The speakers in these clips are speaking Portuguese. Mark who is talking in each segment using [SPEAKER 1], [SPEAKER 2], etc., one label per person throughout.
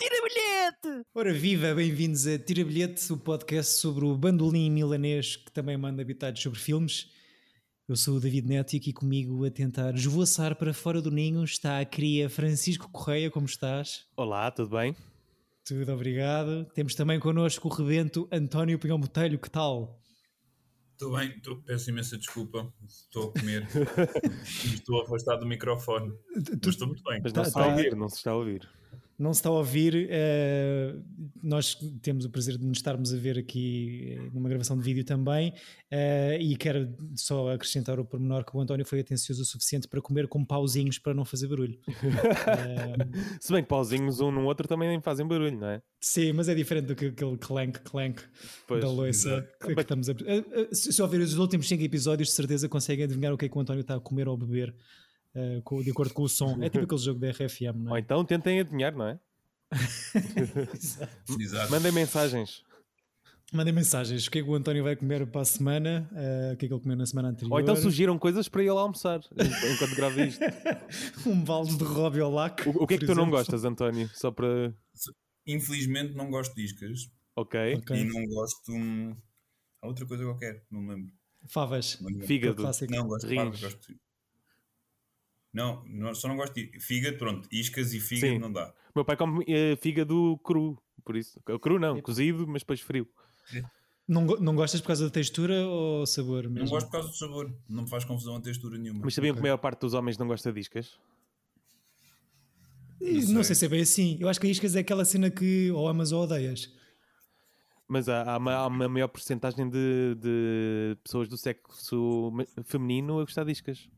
[SPEAKER 1] bilhete!
[SPEAKER 2] Ora viva, bem-vindos a Tira Bilhete, o podcast sobre o bandolim milanês que também manda habitados sobre filmes. Eu sou o David Neto e aqui comigo a tentar esvoaçar para fora do ninho está a cria Francisco Correia, como estás?
[SPEAKER 3] Olá, tudo bem?
[SPEAKER 2] Tudo obrigado. Temos também connosco o rebento António Pinhão Botelho, que tal?
[SPEAKER 4] Estou bem, estou- peço imensa desculpa, estou a comer, estou afastado do microfone, mas estou muito bem.
[SPEAKER 3] Mas não
[SPEAKER 2] Tá-
[SPEAKER 3] se está a
[SPEAKER 2] tá.
[SPEAKER 3] ouvir, não se está a ouvir.
[SPEAKER 2] Não se está a ouvir, eh, nós temos o prazer de nos estarmos a ver aqui eh, numa gravação de vídeo também eh, e quero só acrescentar o pormenor que o António foi atencioso o suficiente para comer com pauzinhos para não fazer barulho. Eh,
[SPEAKER 3] Se bem que pauzinhos um no outro também nem fazem barulho, não é?
[SPEAKER 2] sim, mas é diferente do que aquele clank clank
[SPEAKER 3] Pois,
[SPEAKER 2] da louça
[SPEAKER 4] exato.
[SPEAKER 2] que, que estamos a... eh, eh, se se ouvir os últimos 5 episódios, de certeza conseguem adivinhar o que é que o António está a comer ou beber eh, com- de acordo com o som. É tipo aquele jogo da RFM, não
[SPEAKER 3] Ou
[SPEAKER 2] é?
[SPEAKER 3] então tentem adivinhar, não é?
[SPEAKER 4] Exato.
[SPEAKER 3] Mandem mensagens.
[SPEAKER 2] Mandem mensagens. O que é que o António vai comer para a semana? eh, o que é que ele comeu na semana anterior?
[SPEAKER 3] Ou então sugiram coisas para ele almoçar en- enquanto grava isto.
[SPEAKER 2] um balde de Robbie ao lac.
[SPEAKER 3] O, o que é que
[SPEAKER 2] por
[SPEAKER 3] tu não
[SPEAKER 2] exemplo.
[SPEAKER 3] gostas, António? Só para.
[SPEAKER 4] Infelizmente não gosto de iscas
[SPEAKER 3] Ok.
[SPEAKER 2] Ok.
[SPEAKER 4] e não gosto hum, há outra coisa qualquer, não me lembro.
[SPEAKER 2] Favas.
[SPEAKER 4] Não, me lembro.
[SPEAKER 3] Fígado.
[SPEAKER 2] Clássico.
[SPEAKER 4] não gosto de parvas,
[SPEAKER 3] Rins.
[SPEAKER 4] gosto de... Não, não, só não gosto de fígado, pronto, iscas e fígado
[SPEAKER 3] Sim.
[SPEAKER 4] não dá.
[SPEAKER 3] Meu pai come eh, fígado cru, por isso. Cru não, cozido, mas depois frio.
[SPEAKER 2] Não, go- não gostas por causa da textura ou sabor mesmo?
[SPEAKER 4] Não gosto por causa do sabor, não me faz confusão a textura nenhuma.
[SPEAKER 3] Mas sabiam que a maior parte dos homens não gosta de iscas?
[SPEAKER 2] E Não,
[SPEAKER 4] Não
[SPEAKER 2] sei.
[SPEAKER 4] sei.
[SPEAKER 2] se é bem assim. Eu acho que a iscas é aquela cena que ou amas ou odeias.
[SPEAKER 3] Mas há, há uma, há uma maior porcentagem de, de pessoas do sexo me- feminino a gostar de iscas.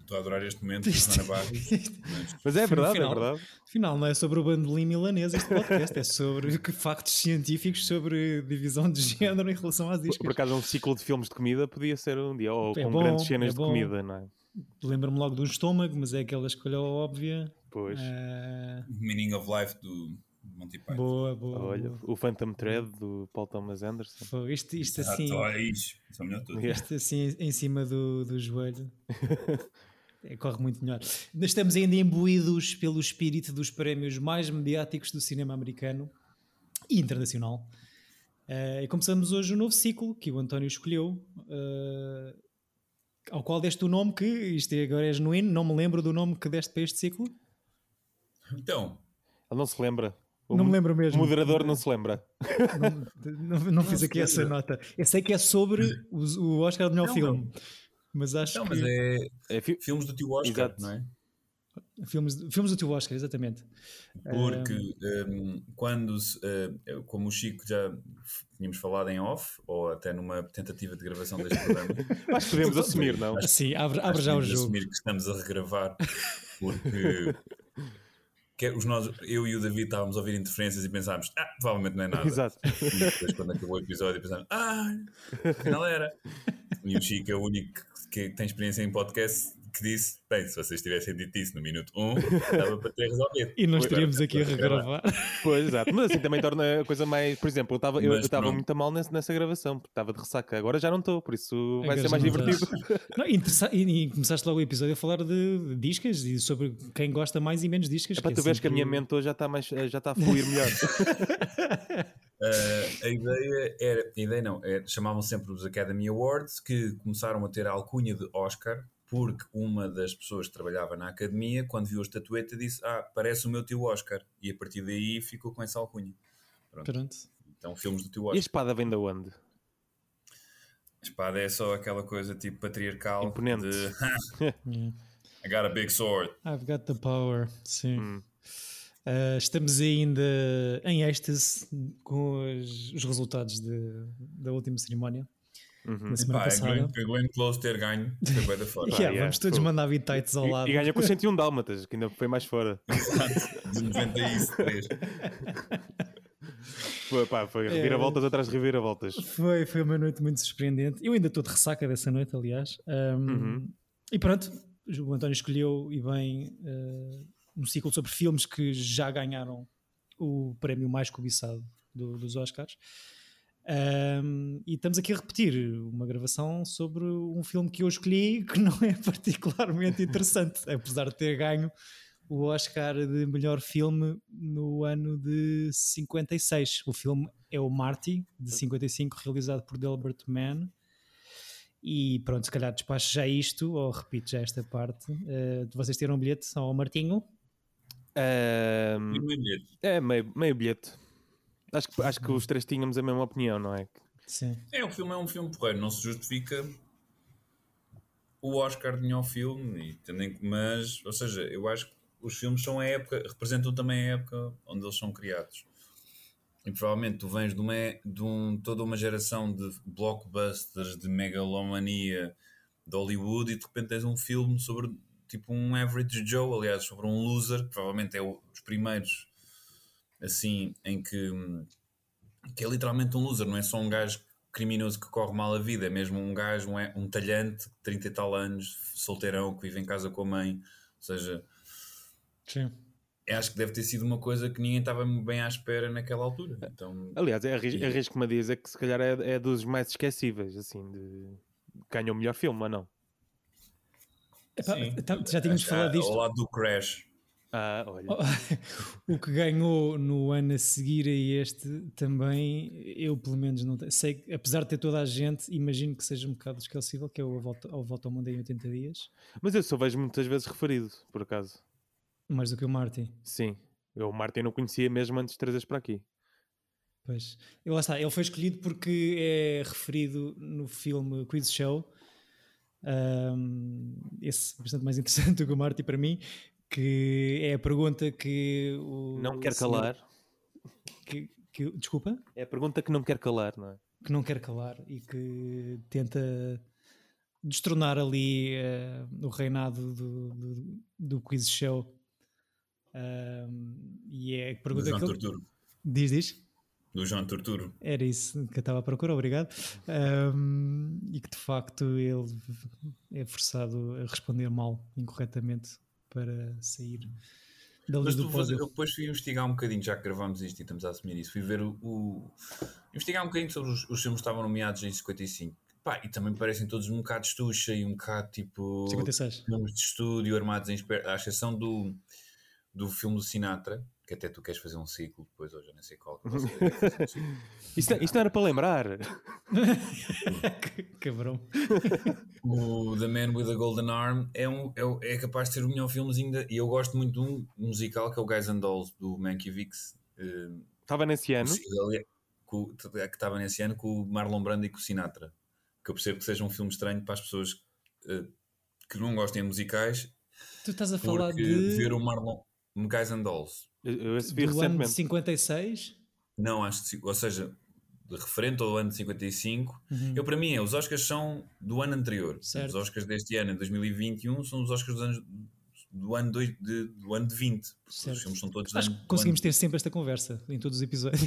[SPEAKER 4] Estou a adorar este momento, Susana Barros, mas
[SPEAKER 3] Mas é
[SPEAKER 2] Fui no
[SPEAKER 3] verdade, é
[SPEAKER 2] final.
[SPEAKER 3] verdade.
[SPEAKER 2] Afinal, não é sobre o bandolim milanês este podcast, é sobre que factos científicos sobre divisão de género em relação às
[SPEAKER 3] Por- Por
[SPEAKER 2] iscas.
[SPEAKER 3] acaso, um ciclo de filmes de comida podia ser um dia, ou
[SPEAKER 2] É
[SPEAKER 3] com
[SPEAKER 2] bom,
[SPEAKER 3] grandes cenas
[SPEAKER 2] é
[SPEAKER 3] de
[SPEAKER 2] bom.
[SPEAKER 3] comida, não é?
[SPEAKER 2] Lembro-me logo do estômago, mas é aquela escolha óbvia.
[SPEAKER 3] Pois.
[SPEAKER 2] Ah,
[SPEAKER 4] Meaning of Life do Monty Python.
[SPEAKER 2] boa, boa.
[SPEAKER 3] Olha,
[SPEAKER 2] boa.
[SPEAKER 3] o Phantom Thread do Paul Thomas Anderson.
[SPEAKER 2] Fogo, Isto, isto
[SPEAKER 4] Ah,
[SPEAKER 2] assim.
[SPEAKER 4] tá, é isso. Isso é o melhor de tudo.
[SPEAKER 3] Yeah.
[SPEAKER 2] Este assim em cima do, do joelho. É, Corre muito melhor. Nós estamos ainda imbuídos pelo espírito dos prémios mais mediáticos do cinema americano e internacional. Eh, e começamos hoje um novo ciclo que o António escolheu, eh, ao qual deste o nome que, isto agora é genuíno, não me lembro do nome que deste para este ciclo.
[SPEAKER 4] Então,
[SPEAKER 3] Ele não se lembra. O
[SPEAKER 2] Não me
[SPEAKER 3] mo-
[SPEAKER 2] lembro
[SPEAKER 3] O
[SPEAKER 2] mesmo.
[SPEAKER 3] moderador não se lembra.
[SPEAKER 2] Não, não fiz aqui essa nota. Eu sei que é sobre os- o Oscar do melhor
[SPEAKER 4] Não,
[SPEAKER 2] filme, mas acho
[SPEAKER 4] então
[SPEAKER 2] que...
[SPEAKER 4] mas é
[SPEAKER 3] É fi-
[SPEAKER 4] filmes do tio Oscar,
[SPEAKER 3] Exato.
[SPEAKER 4] não é?
[SPEAKER 2] Filmes, filmes do teu Oscar, exatamente.
[SPEAKER 4] Porque um, quando, se, eh, como o Chico já tínhamos falado em off, ou até numa tentativa de gravação deste programa,
[SPEAKER 3] Acho que podemos assumir, não?
[SPEAKER 2] Sim, abre,
[SPEAKER 4] acho
[SPEAKER 2] abre
[SPEAKER 4] que
[SPEAKER 2] já o
[SPEAKER 4] temos de
[SPEAKER 2] jogo.
[SPEAKER 4] assumir que estamos a regravar, porque que é os nós, eu e o David estávamos a ouvir interferências e pensámos, ah, provavelmente não é nada.
[SPEAKER 3] Exato.
[SPEAKER 4] E depois, quando acabou o episódio, pensámos, ah, afinal era. E o Chico é o único que, que tem experiência em podcast que disse: bem, se vocês tivessem dito isso no minuto 1, estava para ter resolvido.
[SPEAKER 2] E nós
[SPEAKER 4] Agora,
[SPEAKER 2] estaríamos aqui a
[SPEAKER 4] agora,
[SPEAKER 2] regravar.
[SPEAKER 3] Pois, exato. Mas assim também torna a coisa mais. Por exemplo, eu estava eu, eu
[SPEAKER 4] Mas
[SPEAKER 3] estava
[SPEAKER 4] pronto.
[SPEAKER 3] muito a mal nessa, nessa gravação, porque estava de ressaca. Agora já não estou, por isso
[SPEAKER 2] Agora
[SPEAKER 3] vai ser
[SPEAKER 2] já
[SPEAKER 3] mais
[SPEAKER 2] não
[SPEAKER 3] divertido.
[SPEAKER 2] Não, interessa- e, e começaste logo o episódio a falar de discas e sobre quem gosta mais e menos discas. tipo
[SPEAKER 3] É para tu veres que a minha mente hoje já está mais- já está a fluir melhor.
[SPEAKER 4] Ah, a ideia era, a ideia não, era- chamavam sempre os Academy Awards, que começaram a ter a alcunha de Oscar, porque uma das pessoas que trabalhava na academia, quando viu a estatueta, disse: Ah, parece o meu tio Oscar. E a partir daí ficou com essa alcunha.
[SPEAKER 2] Pronto.
[SPEAKER 4] Então, filmes do tio
[SPEAKER 3] E a
[SPEAKER 4] Oscar.
[SPEAKER 3] espada vem de onde?
[SPEAKER 4] A espada é só aquela coisa tipo patriarcal.
[SPEAKER 3] Imponente.
[SPEAKER 4] De, I got a big sword.
[SPEAKER 2] I've got the power. Sim.
[SPEAKER 3] Hum.
[SPEAKER 2] Ah, estamos ainda em êxtase com os, os resultados de- da última cerimónia
[SPEAKER 3] Uhum. Hum.
[SPEAKER 2] na semana
[SPEAKER 4] Pá, é
[SPEAKER 2] passada.
[SPEAKER 4] Glenn, é Glenn Close ter ganho. Foi bué da fora.
[SPEAKER 2] Yeah,
[SPEAKER 3] yeah,
[SPEAKER 2] vamos todos
[SPEAKER 3] fogo.
[SPEAKER 2] mandar bitites ao lado.
[SPEAKER 3] E, e ganha com os 101 dálmatas, que ainda foi mais fora.
[SPEAKER 4] De 90 e isso, três.
[SPEAKER 3] Foi, pá, foi reviravoltas atrás de reviravoltas.
[SPEAKER 2] Foi, foi uma noite muito surpreendente. Eu ainda estou de ressaca dessa noite, aliás. Um, E pronto, o António escolheu, e bem, eh, um ciclo sobre filmes que já ganharam o prémio mais cobiçado do- dos Oscars. Um, e estamos aqui a repetir uma gravação sobre um filme que eu escolhi que não é particularmente interessante, apesar de ter ganho o Oscar de melhor filme no ano de 56. O filme é o Marty, de 55, realizado por Delbert Mann. E pronto, se calhar despacho já isto, ou repito já esta parte. Eh, vocês tiram um bilhete ao Martinho?
[SPEAKER 3] Ahm,
[SPEAKER 4] Não é bilhete.
[SPEAKER 3] é meio, meio bilhete. Acho que, acho que os três tínhamos a mesma opinião, não é?
[SPEAKER 2] Sim.
[SPEAKER 4] É, o filme é um filme porreiro, não se justifica o Oscar de nenhum filme, e também, mas, ou seja, eu acho que os filmes são a época, representam também a época onde eles são criados. E provavelmente tu vens de, uma, de um, toda uma geração de blockbusters, de megalomania de Hollywood e de repente tens um filme sobre tipo um average Joe, aliás, sobre um loser, que provavelmente é o- os primeiros assim em que hum, que é literalmente um loser, não é só um gajo criminoso que corre mal a vida, é mesmo um gajo, um, é- um talhante de 30 e tal anos, solteirão, que vive em casa com a mãe. Ou seja,
[SPEAKER 2] Sim.
[SPEAKER 4] eu acho que deve ter sido uma coisa que ninguém estava bem à espera naquela altura. Então,
[SPEAKER 3] Aliás, é
[SPEAKER 4] E-
[SPEAKER 3] arrisco-me a dizer que se calhar é, é dos mais esquecíveis, assim, de ganha o melhor filme, ou não?
[SPEAKER 2] Epá,
[SPEAKER 4] Sim.
[SPEAKER 2] tá- já tínhamos
[SPEAKER 4] acho-
[SPEAKER 2] falado
[SPEAKER 4] ah,
[SPEAKER 2] disto.
[SPEAKER 4] Ao lado do Crash.
[SPEAKER 3] Ah, olha.
[SPEAKER 2] O que ganhou no ano a seguir a este também, eu pelo menos não te- sei, que, apesar de ter toda a gente, imagino que seja um bocado esquecível, que é o A Volta, A Volta ao Mundo em 80 Dias,
[SPEAKER 3] Mas eu só vejo muitas vezes referido, por acaso.
[SPEAKER 2] mais do que o Martin.
[SPEAKER 3] Sim. Eu o Martin não conhecia mesmo antes de trazeres para aqui.
[SPEAKER 2] Pois. E lá está, ele foi escolhido porque é referido no filme Quiz Show, ahm, esse é bastante mais interessante do que o Martin para mim, que é a pergunta que o.
[SPEAKER 3] Não quer
[SPEAKER 2] senhor-
[SPEAKER 3] calar.
[SPEAKER 2] que- que, desculpa?
[SPEAKER 3] É a pergunta que não quer calar, não é?
[SPEAKER 2] que não quer calar e que tenta destronar ali eh, o reinado do, do, do quiz show. Ahm, e é a
[SPEAKER 4] Do
[SPEAKER 2] pergunta
[SPEAKER 4] João
[SPEAKER 2] que ele...
[SPEAKER 4] Torturo.
[SPEAKER 2] diz, diz.
[SPEAKER 4] Do João Torturo.
[SPEAKER 2] Era isso que eu estava à procura, obrigado. Ahm, e que de facto ele é forçado a responder mal, incorretamente, para sair dali
[SPEAKER 4] Mas
[SPEAKER 2] do
[SPEAKER 4] tu, faz-
[SPEAKER 2] pódio.
[SPEAKER 4] eu depois fui investigar um bocadinho, já que gravámos isto e estamos a assumir isso, fui ver o. o- investigar um bocadinho sobre os, os filmes que estavam nomeados em 55. Pá, e também parecem todos um bocado estucha e um bocado tipo.
[SPEAKER 2] 56.
[SPEAKER 4] filmes de estúdio armados em esper- à exceção do, do filme do Sinatra, que até tu queres fazer um ciclo depois, hoje eu nem sei qual. que você quer fazer um ciclo.
[SPEAKER 3] Isto, é, isto não era para lembrar.
[SPEAKER 2] Cabrão.
[SPEAKER 4] o The Man with the Golden Arm é, um, é, o- é capaz de ser o melhor filmezinho da- e eu gosto muito de um musical que é o Guys and Dolls do Mankiewicz. eh,
[SPEAKER 3] Estava nesse ano.
[SPEAKER 4] possível, é, com- que estava nesse ano com o Marlon Brando e com o Sinatra. Que eu percebo que seja um filme estranho para as pessoas eh, que não gostem de musicais,
[SPEAKER 2] Tu estás a falar
[SPEAKER 4] porque
[SPEAKER 2] de,
[SPEAKER 4] ver assim o Marlon Guys and Dolls.
[SPEAKER 3] Eu, eu esse vi
[SPEAKER 2] do ano de
[SPEAKER 3] recentemente.
[SPEAKER 2] 56?
[SPEAKER 4] Não, acho que, sim. ou seja, de referente ao ano de 55,
[SPEAKER 2] Uhum.
[SPEAKER 4] eu para mim é, os Oscars são do ano anterior.
[SPEAKER 2] Certo.
[SPEAKER 4] Os Oscars deste ano, em 2021, são os Oscars dos anos- do ano, dois, de, do ano de 20. porque
[SPEAKER 2] Certo.
[SPEAKER 4] Os filmes são todos do
[SPEAKER 2] Acho
[SPEAKER 4] ano-
[SPEAKER 2] que conseguimos
[SPEAKER 4] do ano-
[SPEAKER 2] ter sempre esta conversa em todos os episódios.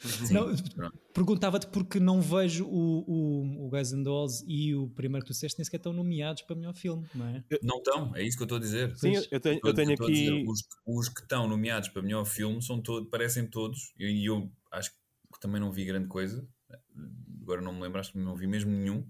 [SPEAKER 4] Sim,
[SPEAKER 2] Não,
[SPEAKER 4] pronto.
[SPEAKER 2] Perguntava-te porque não vejo o, o, o Guys and Dolls e o primeiro que tu disseste nem sequer estão nomeados para melhor filme, não é?
[SPEAKER 4] Não estão, é isso que eu estou a dizer.
[SPEAKER 3] Sim, eu- eu tenho, eu tenho
[SPEAKER 4] estou a dizer,
[SPEAKER 3] aqui.
[SPEAKER 4] os, os que estão nomeados para melhor filme são todos, parecem todos, e eu, acho que também não vi grande coisa. Agora não me lembro, acho que não vi mesmo nenhum.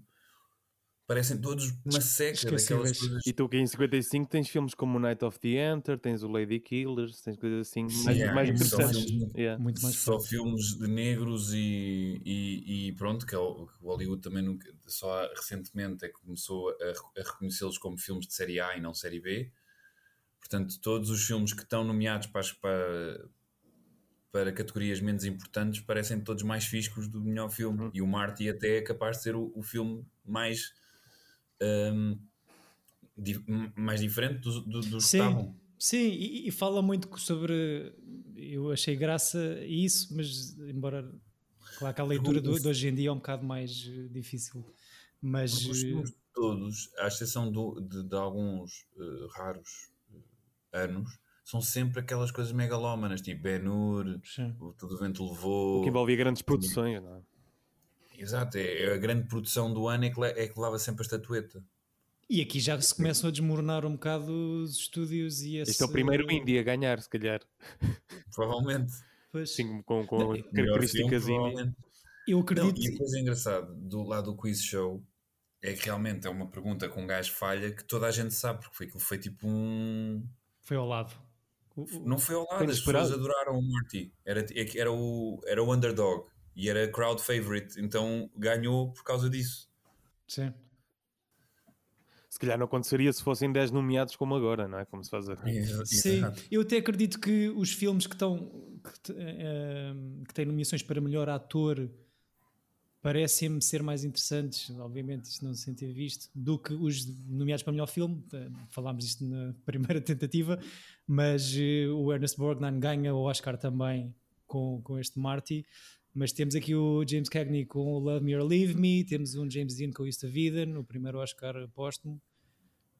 [SPEAKER 4] Parecem todos uma seca daquelas
[SPEAKER 2] Esquecíveis.
[SPEAKER 4] coisas.
[SPEAKER 3] E tu aqui em 55 tens filmes como Night of the Enter, tens o Lady Killers, tens coisas assim mais,
[SPEAKER 4] yeah,
[SPEAKER 3] mais
[SPEAKER 4] isso são
[SPEAKER 3] interessantes.
[SPEAKER 4] filmes-
[SPEAKER 3] Yeah.
[SPEAKER 2] Muito mais
[SPEAKER 4] só
[SPEAKER 2] forte.
[SPEAKER 4] filmes de negros e, e- e pronto, que é o que o Hollywood também nunca, só recentemente é que começou a, re- a reconhecê-los como filmes de série A e não série B. Portanto, todos os filmes que estão nomeados para, as- para, para categorias menos importantes parecem todos mais fiscos do melhor filme.
[SPEAKER 2] Uhum.
[SPEAKER 4] E o Marty até é capaz de ser o, o filme mais, ahm, di- mais diferente dos, do- dos que
[SPEAKER 2] Sim.
[SPEAKER 4] estavam.
[SPEAKER 2] Sim, e, e fala muito sobre. Eu achei graça a isso, mas embora. Claro que a leitura do- de hoje em dia é um bocado mais eh, difícil. Mas.
[SPEAKER 4] Porque os
[SPEAKER 2] eh,
[SPEAKER 4] filmes todos, à exceção do- de, de alguns eh, raros eh, anos, são sempre aquelas coisas megalómanas, tipo Ben-Hur,
[SPEAKER 2] sim.
[SPEAKER 4] o Tudo o Vento
[SPEAKER 3] O
[SPEAKER 4] Levou.
[SPEAKER 3] que envolvia grandes produções, não é?
[SPEAKER 4] Exato, é, é a grande produção do ano é que, le- é que levava sempre a estatueta.
[SPEAKER 2] E aqui já se começam a desmoronar um bocado os estúdios e esse.
[SPEAKER 3] Este é o primeiro indie a ganhar, se calhar.
[SPEAKER 4] Provavelmente.
[SPEAKER 2] Pois.
[SPEAKER 3] Sim, com, com
[SPEAKER 4] Melhor
[SPEAKER 3] características
[SPEAKER 4] filme,
[SPEAKER 3] indie.
[SPEAKER 4] provavelmente.
[SPEAKER 2] Eu
[SPEAKER 4] Não,
[SPEAKER 2] acredito.
[SPEAKER 4] e a coisa engraçada do lado do quiz show é que realmente é uma pergunta que um gajo falha que toda a gente sabe, porque foi, aquilo foi tipo um.
[SPEAKER 2] Foi ao lado.
[SPEAKER 4] Não foi ao lado,
[SPEAKER 3] Foi
[SPEAKER 4] as pessoas
[SPEAKER 3] inesperado.
[SPEAKER 4] adoraram o Marty. Era, é que era, o, era o underdog e era crowd favorite, então ganhou por causa disso.
[SPEAKER 2] Sim.
[SPEAKER 3] Se calhar não aconteceria se fossem 10 nomeados como agora, não é? Como se faz agora.
[SPEAKER 4] é
[SPEAKER 2] Sim, eu até acredito que os filmes que estão que, te- eh, que têm nomeações para melhor ator parecem-me ser mais interessantes, obviamente isto não se ter visto, do que os nomeados para melhor filme, Eh, falámos isto na primeira tentativa, mas eh, o Ernest Borgnine ganha o Oscar também com, com este Marty, mas temos aqui o James Cagney com o Love Me or Leave Me, temos um James Dean com o East of Eden, o primeiro Oscar póstumo,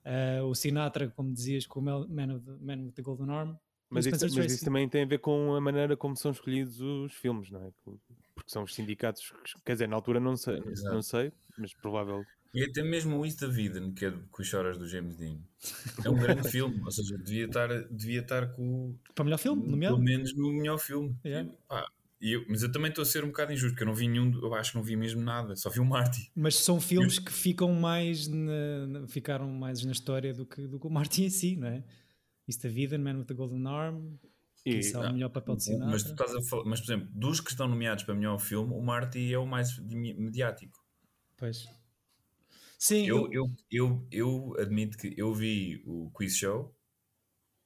[SPEAKER 2] eh, o Sinatra, como dizias, com o Mel- Man, of the, Man with the Golden Arm,
[SPEAKER 3] Mas,
[SPEAKER 2] o
[SPEAKER 3] isso,
[SPEAKER 2] Spencer
[SPEAKER 3] mas
[SPEAKER 2] Tracy.
[SPEAKER 3] isso também tem a ver com a maneira como são escolhidos os filmes, não é? Porque são os sindicatos, que- quer dizer, na altura não sei,
[SPEAKER 4] Exato.
[SPEAKER 3] não sei mas provável.
[SPEAKER 4] E até mesmo o East of Eden, que é do- com os choras do James Dean. É um grande filme, ou seja, devia estar, devia estar com, o-
[SPEAKER 2] para melhor filme, nomeado?
[SPEAKER 4] Hum, pelo menos no melhor filme.
[SPEAKER 2] Yeah.
[SPEAKER 4] E, pá, e eu- mas eu também estou a ser um bocado injusto, porque eu não vi nenhum, do- eu acho que não vi mesmo nada, só vi o Marty.
[SPEAKER 2] Mas são filmes que ficam mais na, na- ficaram mais na história do que, do que o Martin em si, não é? Isso da vida, Man with the Golden Arm,
[SPEAKER 3] E,
[SPEAKER 2] isso é o
[SPEAKER 4] ah,
[SPEAKER 2] melhor papel de Sinatra.
[SPEAKER 4] Mas, tu estás a falar, mas, por exemplo, dos que estão nomeados para melhor filme, o Marty é o mais de- mediático.
[SPEAKER 2] Pois. Sim,
[SPEAKER 4] Eu,
[SPEAKER 2] eu-
[SPEAKER 4] eu, eu, eu admito que eu vi o Quiz Show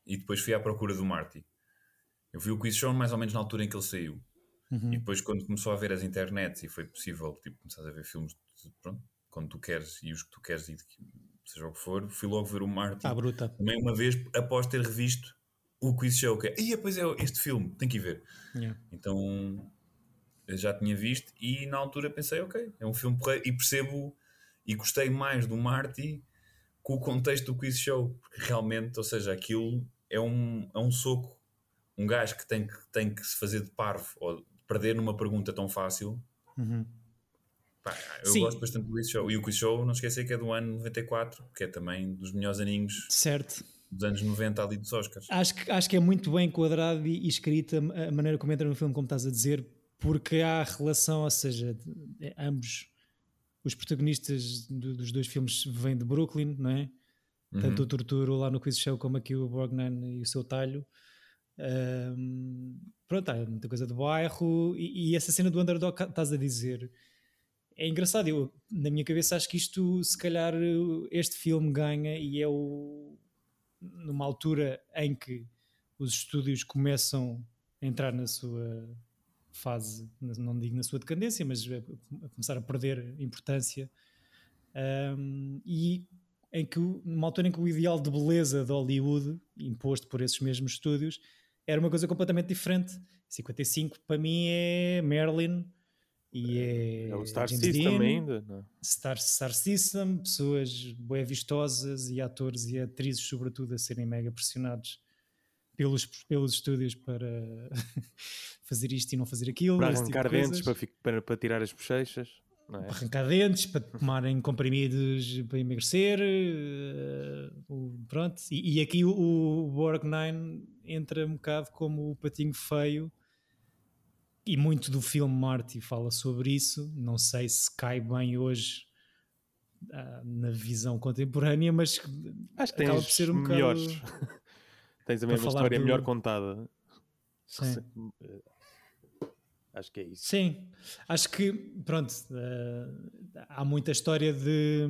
[SPEAKER 4] e depois fui à procura do Marty. Eu vi o Quiz Show mais ou menos na altura em que ele saiu.
[SPEAKER 2] Uhum.
[SPEAKER 4] E depois, quando começou a ver as internets e foi possível, tipo, começares a ver filmes de- pronto, quando tu queres e os que tu queres e de que- seja o que for, fui logo ver o Marty.
[SPEAKER 2] Ah, bruta.
[SPEAKER 4] Também uma vez após ter revisto o Quiz Show, que é, "Ia, pois é, este filme, tem que ir ver.
[SPEAKER 2] Yeah.
[SPEAKER 4] Então eu já tinha visto e na altura pensei, ok, é um filme porreiro e percebo e gostei mais do Marty com o contexto do quiz show, porque realmente, ou seja, aquilo é um, é um soco. Um gajo que tem, que tem que se fazer de parvo ou perder numa pergunta tão fácil.
[SPEAKER 2] Uhum.
[SPEAKER 4] Pá, eu
[SPEAKER 2] Sim.
[SPEAKER 4] gosto bastante do quiz show. E o quiz show, não esquecer que é do ano 94, que é também dos melhores aninhos
[SPEAKER 2] Certo.
[SPEAKER 4] dos anos 90 ali dos Oscars.
[SPEAKER 2] Acho que, acho que é muito bem enquadrado e, e escrita a maneira como entra no filme, como estás a dizer, porque há relação, ou seja, de- é- ambos os protagonistas do- dos dois filmes vêm de Brooklyn, não é? tanto o Torturo lá no Quiz Show como aqui o Borgnine e o seu talho. Ahm, pronto, há muita coisa de bairro e, e essa cena do underdog que estás a dizer é engraçado. Eu, na minha cabeça, acho que isto, se calhar, este filme ganha e é o. numa altura em que os estúdios começam a entrar na sua fase, na- não digo na sua decadência, mas a a começar a perder importância. Ahm, e em que, o- numa altura em que o ideal de beleza de Hollywood, imposto por esses mesmos estúdios, era uma coisa completamente diferente. 55 para mim é Merlin e é,
[SPEAKER 3] é o Star
[SPEAKER 2] James
[SPEAKER 3] System
[SPEAKER 2] Dean,
[SPEAKER 3] ainda, não é?
[SPEAKER 2] Star, Star System, pessoas bem vistosas e atores e atrizes, sobretudo, a serem mega pressionados pelos, pelos estúdios para fazer isto e não fazer aquilo.
[SPEAKER 3] Para
[SPEAKER 2] esse tipo de
[SPEAKER 3] arrancar dentes,
[SPEAKER 2] coisas.
[SPEAKER 3] para, fi- para, para tirar as bochechas, não é?
[SPEAKER 2] Para arrancar dentes, para tomarem comprimidos para emagrecer, eh, o- pronto. E, e aqui o, o Borgnine entra um bocado como o patinho feio e muito do filme Marty fala sobre isso. Não sei se cai bem hoje ah, na visão contemporânea, mas
[SPEAKER 3] Acho que
[SPEAKER 2] acaba
[SPEAKER 3] tens
[SPEAKER 2] por ser um bocado-
[SPEAKER 3] melhores. tens a mesma
[SPEAKER 2] falar
[SPEAKER 3] história
[SPEAKER 2] do-
[SPEAKER 3] melhor contada.
[SPEAKER 2] sim.
[SPEAKER 3] Eh, Acho que é isso.
[SPEAKER 2] Sim, acho que, pronto, eh, há muita história de,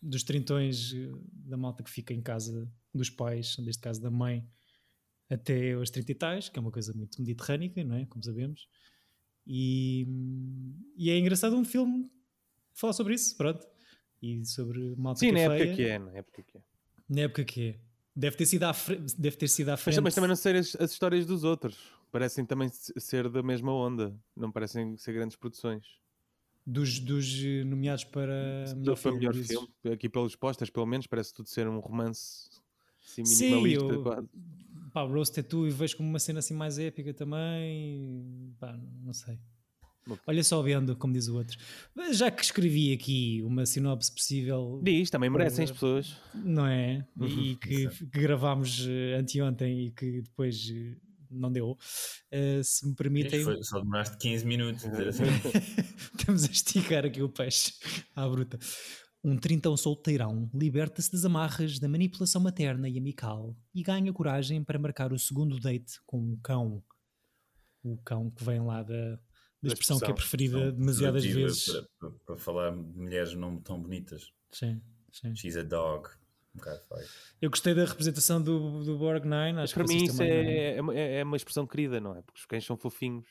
[SPEAKER 2] dos trintões eh, da malta que fica em casa dos pais, neste caso da mãe, até aos trinta e tais, que é uma coisa muito mediterrânica, não é? Como sabemos. E, e é engraçado um filme falar sobre isso, pronto. E sobre malta
[SPEAKER 3] Sim,
[SPEAKER 2] que
[SPEAKER 3] na
[SPEAKER 2] é
[SPEAKER 3] época
[SPEAKER 2] feia.
[SPEAKER 3] que é, na época que é.
[SPEAKER 2] Na época que é. Deve ter sido à, fre- deve ter sido à
[SPEAKER 3] Mas,
[SPEAKER 2] frente.
[SPEAKER 3] mas também não sei as, as histórias dos outros. Parecem também se- ser da mesma onda. Não parecem ser grandes produções.
[SPEAKER 2] dos, dos eh, nomeados para
[SPEAKER 3] Se
[SPEAKER 2] melhor
[SPEAKER 3] for para
[SPEAKER 2] filme.
[SPEAKER 3] melhor
[SPEAKER 2] dizes.
[SPEAKER 3] filme, aqui pelas postas, pelo menos, parece tudo ser um romance assim,
[SPEAKER 2] Sim,
[SPEAKER 3] minimalista.
[SPEAKER 2] eu-
[SPEAKER 3] quase.
[SPEAKER 2] Pá, o Roast Tattoo e vejo como uma cena assim mais épica também. Pá, não sei.
[SPEAKER 3] Ok.
[SPEAKER 2] Olha só vendo, como diz o outro. Mas Já que escrevi aqui uma sinopse possível,
[SPEAKER 3] Diz, também merecem as
[SPEAKER 2] Pois
[SPEAKER 3] pessoas.
[SPEAKER 2] não é? E,
[SPEAKER 3] Uhum,
[SPEAKER 2] e que, que gravámos eh, anteontem e que depois eh, não deu. Eh, se me permitem,
[SPEAKER 4] Isto foi- só demoraste 15 minutos. Assim,
[SPEAKER 2] estamos a esticar aqui o peixe à bruta. Um trintão solteirão liberta-se das amarras da manipulação materna e amical e ganha coragem para marcar o segundo date com um cão. O cão que vem lá da, da expressão, que é preferida demasiadas
[SPEAKER 4] Relativa
[SPEAKER 2] vezes.
[SPEAKER 4] Para, para- para falar de mulheres não tão bonitas.
[SPEAKER 2] Sim, sim.
[SPEAKER 4] She's a dog. Um bocado feio.
[SPEAKER 2] Eu gostei da representação do, do Borgnine. Acho
[SPEAKER 3] Para
[SPEAKER 2] que
[SPEAKER 3] mim
[SPEAKER 2] vocês
[SPEAKER 3] isso
[SPEAKER 2] também, não
[SPEAKER 3] é, é, uma- é uma expressão querida, não é? Porque os cães são fofinhos.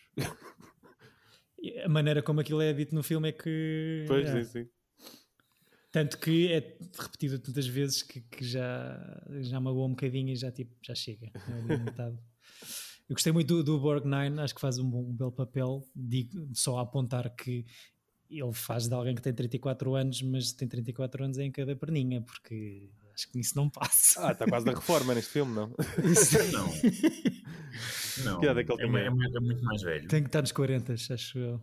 [SPEAKER 2] E A maneira como aquilo é dito no filme é que.
[SPEAKER 3] Pois,
[SPEAKER 2] é.
[SPEAKER 3] sim, sim.
[SPEAKER 2] Tanto que é repetido tantas vezes que, que já, já magoou um bocadinho e já, tipo, já chega. não é bem metade. Eu gostei muito do, do Borgnine, acho que faz um, bom, um belo papel. Digo, só a apontar que ele faz de alguém que tem 34 anos, mas tem 34 anos em cada perninha, porque acho que isso não passa.
[SPEAKER 3] Ah, está quase da reforma neste filme, não?
[SPEAKER 4] Não. não.
[SPEAKER 3] Que idade é que ele
[SPEAKER 4] é, ma-
[SPEAKER 3] tinha?
[SPEAKER 4] é ma- é muito mais
[SPEAKER 3] tipo,
[SPEAKER 4] velho.
[SPEAKER 2] Tem que estar nos 40, acho eu.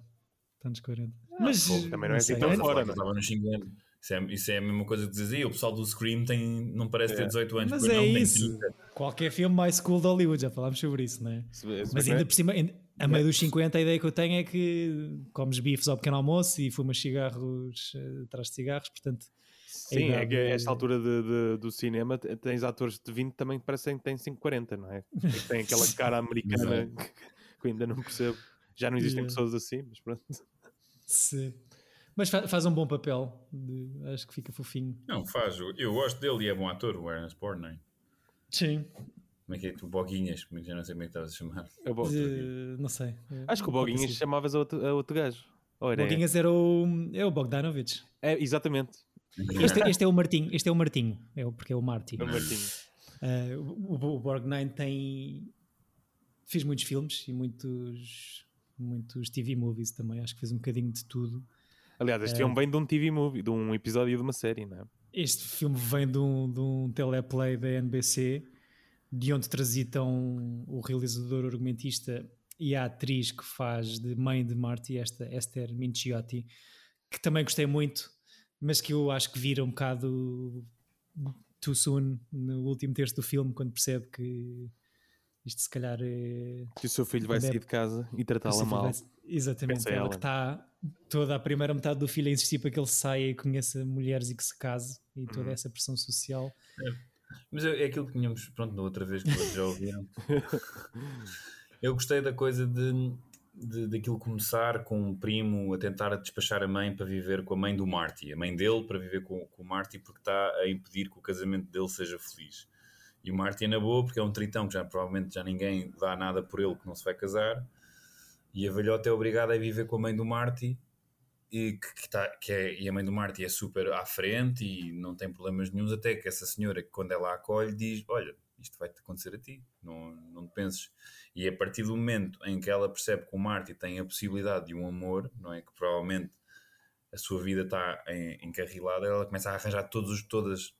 [SPEAKER 2] Está nos 40. mas
[SPEAKER 4] fogo,
[SPEAKER 3] também não é assim
[SPEAKER 2] sei.
[SPEAKER 3] tão
[SPEAKER 4] Estava
[SPEAKER 3] fora, não é?
[SPEAKER 4] estava nos 50. Isso é, isso é a mesma coisa que dizia. O pessoal do Scream tem, não parece ter
[SPEAKER 3] É.
[SPEAKER 4] 18 anos.
[SPEAKER 2] Mas
[SPEAKER 4] pois não,
[SPEAKER 2] é
[SPEAKER 4] tem
[SPEAKER 2] isso.
[SPEAKER 4] 30.
[SPEAKER 2] Qualquer filme mais cool de Hollywood, já falámos sobre isso, não é?
[SPEAKER 3] Se- se-
[SPEAKER 2] Mas
[SPEAKER 3] não é?
[SPEAKER 2] ainda por cima, ainda- a meio dos 50, a ideia que eu tenho é que comes bifes ao pequeno almoço e fumas cigarros eh, atrás de cigarros, portanto,
[SPEAKER 3] Sim, é
[SPEAKER 2] idade
[SPEAKER 3] que a
[SPEAKER 2] é-
[SPEAKER 3] esta altura de- de- do cinema te- tens atores de 20 também que parecem que têm 5, 40, não é? É que Tem aquela cara americana que, que eu ainda não percebo. Já não existem
[SPEAKER 2] Yeah.
[SPEAKER 3] pessoas assim, mas pronto.
[SPEAKER 2] se- Mas fa- faz um bom papel, de- acho que fica fofinho.
[SPEAKER 4] Não, faz. Eu- Eu gosto dele e é bom ator, o Ernest Borgnine.
[SPEAKER 2] Sim.
[SPEAKER 4] é? Como é que é? Tu Boguinhas, como é que- já não sei como é que estavas a chamar.
[SPEAKER 3] Eu vou-
[SPEAKER 2] não sei. assim.
[SPEAKER 3] Acho que o Boguinhas chamavas a outro, a outro gajo. Ou era-
[SPEAKER 2] Boguinhas era o, é o Bogdanovich.
[SPEAKER 3] É, exatamente.
[SPEAKER 2] Este, este é o Martinho, este é o Martinho, é o, porque é o Martin.
[SPEAKER 3] É o Martinho.
[SPEAKER 2] Eh, o, o- o Borgnine tem. fez muitos filmes e muitos, muitos TV movies também. Acho que fez um bocadinho de tudo.
[SPEAKER 3] Aliás,
[SPEAKER 2] É.
[SPEAKER 3] este filme vem de um TV movie, de um episódio de uma série, não é?
[SPEAKER 2] Este filme vem de um, de um teleplay da NBC, de onde transitam o realizador argumentista e a atriz que faz de mãe de Marty, esta Esther Minciotti, que também gostei muito, mas que eu acho que vira um bocado too soon no último terço do filme, quando percebe que isto se calhar é,
[SPEAKER 3] Que o seu filho vai
[SPEAKER 2] Quando é-
[SPEAKER 3] sair de casa e tratá-la mal.
[SPEAKER 2] Exatamente,
[SPEAKER 3] Pensa
[SPEAKER 2] ela,
[SPEAKER 3] ela.
[SPEAKER 2] que está toda a primeira metade do filho a insistir para que ele saia e conheça mulheres e que se case e toda essa pressão social.
[SPEAKER 4] Mas é é aquilo que tínhamos, pronto, da outra vez que vocês já ouviram. Eu gostei da coisa de, de- daquilo começar com um primo a tentar despachar a mãe para viver com a mãe do Marty, a mãe dele para viver com, com o Marty porque está a impedir que o casamento dele seja feliz. E o Marty é na boa porque é um tritão que já provavelmente já ninguém dá nada por ele que não se vai casar. E a velhota é obrigada a viver com a mãe do Marty e que, que tá- que é, e a mãe do Marty é super à frente e não tem problemas nenhuns, até que essa senhora, que quando ela a acolhe, diz: Olha, isto vai-te acontecer a ti, não, não te penses. E é a partir do momento em que ela percebe que o Marty tem a possibilidade de um amor, não é? Que provavelmente a sua vida está em- encarrilada, ela começa a arranjar todos os, todas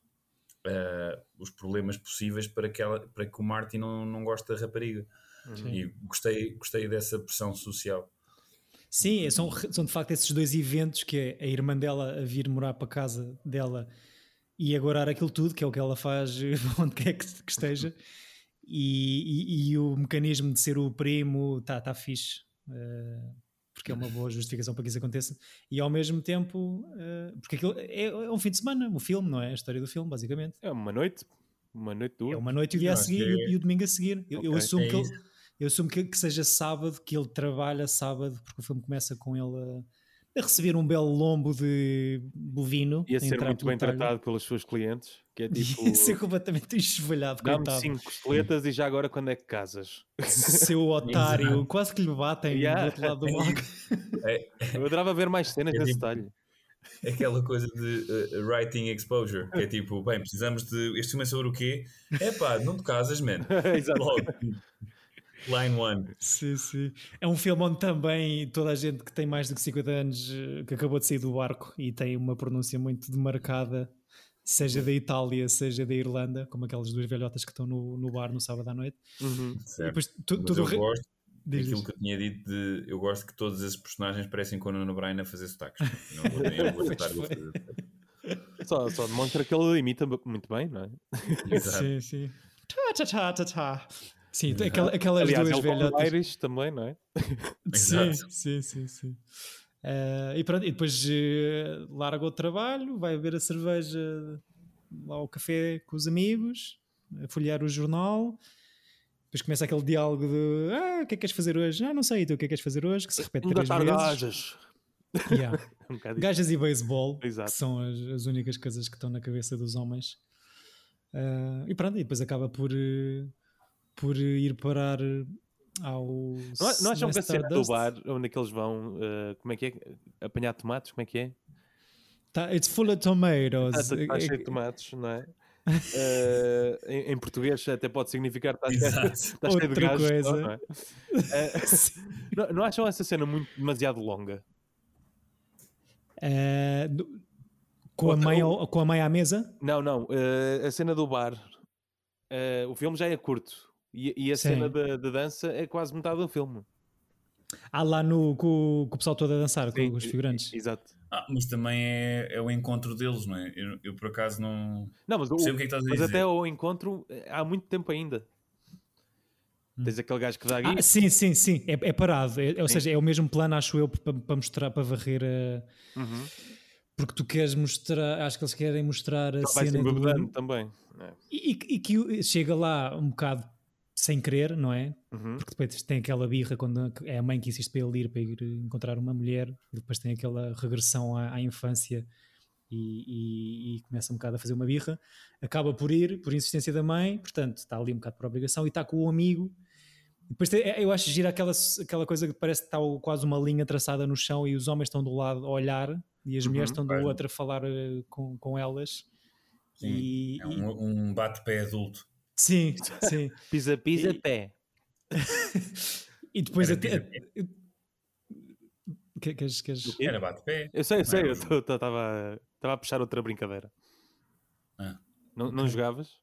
[SPEAKER 4] eh, os problemas possíveis para que, ela, para que o Marty não, não goste da rapariga. E gostei, gostei dessa pressão social.
[SPEAKER 2] Sim, é- são, são de facto esses dois eventos que é a irmã dela a vir morar para casa dela e agorar aquilo tudo, que é o que ela faz onde quer que, que esteja, e, e- e o mecanismo de ser o primo está tá fixe, eh, porque é uma boa justificação para que isso aconteça, e ao mesmo tempo, eh, porque aquilo é, é um fim de semana, o filme, não é? A história do filme, basicamente.
[SPEAKER 3] É uma noite, uma noite
[SPEAKER 2] É
[SPEAKER 3] dura.
[SPEAKER 2] uma noite e o dia a
[SPEAKER 4] Não, acho
[SPEAKER 2] seguir
[SPEAKER 4] que
[SPEAKER 2] e o- e o domingo a seguir. Eu, eu
[SPEAKER 3] Ok.
[SPEAKER 2] assumo,
[SPEAKER 4] É
[SPEAKER 2] que, ele-
[SPEAKER 4] isso.
[SPEAKER 2] eu assumo que, que seja sábado, que ele trabalha sábado, porque o filme começa com ele a, a receber um belo lombo de bovino.
[SPEAKER 3] E a ser
[SPEAKER 2] entrar
[SPEAKER 3] muito
[SPEAKER 2] pelo
[SPEAKER 3] bem
[SPEAKER 2] talho.
[SPEAKER 3] tratado pelas suas clientes, que é tipo,
[SPEAKER 2] E a ser completamente enchevalhado,
[SPEAKER 3] dá-me
[SPEAKER 2] coitado.
[SPEAKER 3] cinco costeletas e já agora quando é que casas?
[SPEAKER 2] Seu otário, quase que lhe batem
[SPEAKER 3] Yeah.
[SPEAKER 2] do outro lado do bloco.
[SPEAKER 3] Eu adorava ver mais cenas
[SPEAKER 4] É
[SPEAKER 3] nesse
[SPEAKER 4] tipo-
[SPEAKER 3] detalhe.
[SPEAKER 4] aquela coisa de uh, writing exposure, que é tipo, bem, precisamos de. Este filme é sobre o quê? É pá, não te casas, man.
[SPEAKER 3] Exato.
[SPEAKER 4] Logo. Line 1.
[SPEAKER 2] Sim, sim. É um filme onde também toda a gente que tem mais do que 50 anos eh, que acabou de sair do barco e tem uma pronúncia muito demarcada, seja da Itália, seja da Irlanda, como aquelas duas velhotas que estão no, no bar no sábado à noite.
[SPEAKER 3] Uhum.
[SPEAKER 2] E depois tu,
[SPEAKER 4] Mas
[SPEAKER 2] tudo
[SPEAKER 4] eu
[SPEAKER 2] o re-
[SPEAKER 4] gosto
[SPEAKER 2] Diz,
[SPEAKER 4] daquilo
[SPEAKER 2] diz.
[SPEAKER 4] que eu tinha dito de. Eu gosto que todos esses personagens parecem com o Nuno Brian a fazer sotaques. Não vou, eu não vou
[SPEAKER 2] Pois
[SPEAKER 4] tentar
[SPEAKER 2] foi.
[SPEAKER 3] Só, só demonstra que ele imita muito bem, não é?
[SPEAKER 4] Exato.
[SPEAKER 2] Sim, sim. Tá, tá, tá, tá, tá. Sim, aquela, aquelas
[SPEAKER 4] é
[SPEAKER 3] Aliás,
[SPEAKER 2] duas É
[SPEAKER 3] ele fala
[SPEAKER 2] velhotas.
[SPEAKER 3] Irish também, não é?
[SPEAKER 2] Sim,
[SPEAKER 4] Exato.
[SPEAKER 2] sim, sim, sim. Ah, e pronto, e depois eh, larga o trabalho, vai beber a cerveja lá ao café com os amigos, a folhear o jornal. Depois começa aquele diálogo de ah, o que é que queres fazer hoje? Ah, não sei, e tu o que é que queres fazer hoje? Que se repete três vezes.
[SPEAKER 3] Um gajas.
[SPEAKER 2] Yeah.
[SPEAKER 3] Um bocado isso.
[SPEAKER 2] Gajas e beisebol, que
[SPEAKER 3] Exato.
[SPEAKER 2] são as, as únicas coisas que estão na cabeça dos homens. Ah, e pronto, e depois acaba por, eh, por ir parar ao.
[SPEAKER 3] Não, é, não acham que a cena do
[SPEAKER 2] Stardust.
[SPEAKER 3] bar onde é que eles vão, eh, como é que é? Apanhar tomates, como é que é?
[SPEAKER 2] Tá, it's full of tomatoes.
[SPEAKER 3] Está
[SPEAKER 2] É-
[SPEAKER 3] tá cheio de
[SPEAKER 2] é-
[SPEAKER 3] tomates, não é? Eh, em, em português até pode significar está cheio,
[SPEAKER 4] Exato.
[SPEAKER 3] tá cheio de
[SPEAKER 2] Outra
[SPEAKER 3] gajos,
[SPEAKER 2] coisa.
[SPEAKER 3] não é? Eh, não, não acham essa cena muito demasiado longa?
[SPEAKER 2] É, do- com, a
[SPEAKER 3] Outra-
[SPEAKER 2] mãe, ao- com a mãe à mesa?
[SPEAKER 3] Não, não. eh, a cena do bar. eh, o filme já é curto. E, e a
[SPEAKER 2] Sim.
[SPEAKER 3] cena da da dança é quase metade do filme.
[SPEAKER 2] Ah, lá no, com, o- com o pessoal todo a dançar,
[SPEAKER 3] Sim,
[SPEAKER 2] com os figurantes.
[SPEAKER 3] e- Exato.
[SPEAKER 4] Ah, mas também é, é o encontro deles, não é? Eu, eu, por acaso não
[SPEAKER 3] Não, mas, o-
[SPEAKER 4] percebo o que é que estás a
[SPEAKER 3] mas
[SPEAKER 4] dizer.
[SPEAKER 3] até ao encontro eh, há muito tempo ainda. Tens aquele gajo que dá
[SPEAKER 2] Ah,
[SPEAKER 3] guia.
[SPEAKER 2] sim, sim, sim. É, é parado. É- ou
[SPEAKER 3] Sim.
[SPEAKER 2] seja, é o mesmo plano, acho eu, para, para mostrar, para varrer a.
[SPEAKER 3] Uhum.
[SPEAKER 2] Porque tu queres mostrar, acho que eles querem mostrar a
[SPEAKER 3] Ele vai se
[SPEAKER 2] cena
[SPEAKER 3] embebedando
[SPEAKER 2] do,
[SPEAKER 3] também.
[SPEAKER 2] e, e- e que o- chega lá um bocado sem querer, não é?
[SPEAKER 3] Uhum.
[SPEAKER 2] Porque depois tem aquela birra quando é a mãe que insiste para ele ir para ir encontrar uma mulher e depois tem aquela regressão à, à infância e, e- e começa um bocado a fazer uma birra. Acaba por ir, por insistência da mãe, portanto está ali um bocado por obrigação e está com o amigo. Depois tem- é, eu acho gira aquela, aquela coisa que parece que está o- quase uma linha traçada no chão e os homens estão do lado a olhar e as
[SPEAKER 3] Uhum,
[SPEAKER 2] mulheres estão do
[SPEAKER 4] claro.
[SPEAKER 2] outro a falar eh, com, com elas.
[SPEAKER 4] Sim,
[SPEAKER 2] e,
[SPEAKER 4] É um, um bate-pé adulto.
[SPEAKER 2] Sim, sim.
[SPEAKER 3] Pisa, pisa,
[SPEAKER 2] E-
[SPEAKER 3] pé.
[SPEAKER 2] E depois
[SPEAKER 4] Era
[SPEAKER 2] até. Que- Queres, queres...
[SPEAKER 4] Era bate-pé.
[SPEAKER 3] Eu sei, eu sei,
[SPEAKER 4] Não,
[SPEAKER 3] eu
[SPEAKER 4] não.
[SPEAKER 3] estava a puxar outra brincadeira.
[SPEAKER 4] Ah.
[SPEAKER 3] Não, não jogavas?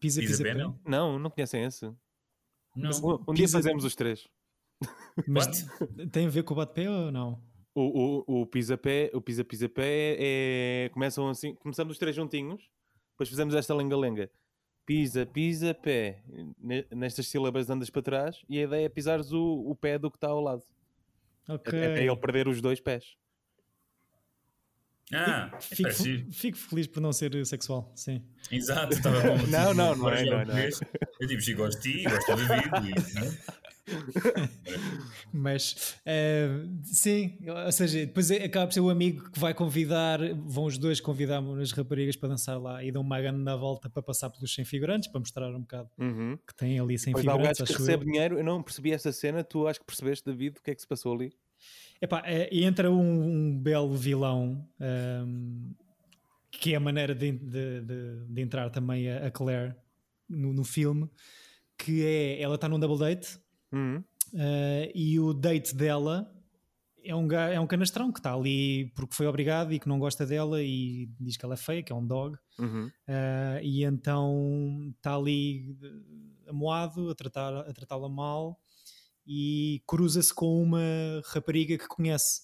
[SPEAKER 2] Pisa,
[SPEAKER 4] Pisa
[SPEAKER 2] é, pisa,
[SPEAKER 4] pé,
[SPEAKER 2] pé.
[SPEAKER 4] não?
[SPEAKER 3] Não, não conhecem esse.
[SPEAKER 4] Não.
[SPEAKER 3] Um, um dia
[SPEAKER 2] Pisa-
[SPEAKER 3] fazemos os três.
[SPEAKER 2] Mas tem a ver com o bate-pé ou não?
[SPEAKER 3] O, o, o pisa-pé, o pisa-pisa-pé é. Começam assim, começamos os três juntinhos, depois fizemos esta lenga-lenga. Pisa, pisa, pé. Ne- Nestas sílabas andas para trás e a ideia é pisares o, o pé do que está ao lado.
[SPEAKER 2] Ok.
[SPEAKER 3] Até É ele perder os dois pés.
[SPEAKER 4] Ah, é
[SPEAKER 2] Fico, fe-
[SPEAKER 4] parecido.
[SPEAKER 2] fico feliz por não ser eh, sexual, sim.
[SPEAKER 4] Exato, tipo, estava com
[SPEAKER 3] Não, não, não é,
[SPEAKER 4] agora já
[SPEAKER 3] não é,
[SPEAKER 4] o
[SPEAKER 3] não é.
[SPEAKER 4] conheço. um Eu tipo, Chico, gosto de ti, gosto de né? David.
[SPEAKER 2] Mas, eh, sim, ou seja, depois é- acaba por ser o amigo que vai convidar, vão os dois convidar as raparigas para dançar lá e dão uma grande volta para passar pelos sem figurantes, para mostrar um bocado
[SPEAKER 3] Uhum.
[SPEAKER 2] que tem ali sem
[SPEAKER 3] Depois há o
[SPEAKER 2] figurantes.
[SPEAKER 3] gajo que
[SPEAKER 2] acho eu.
[SPEAKER 3] recebe dinheiro. Eu não percebi essa cena, tu acho que percebeste, David, o que é que se passou ali.
[SPEAKER 2] Epá, eh, e entra um, um belo vilão ahm, que é a maneira de, de- de- de entrar também a, a Claire no, no filme que é, ela está num double date
[SPEAKER 3] Uhum.
[SPEAKER 2] eh, e o date dela é um, ga- é um canastrão que está ali porque foi obrigado e que não gosta dela e diz que ela é feia, que é um dog
[SPEAKER 3] Uhum.
[SPEAKER 2] ah, e então está ali eh, amoado, a tratar- a tratá-la mal e cruza-se com uma rapariga que conhece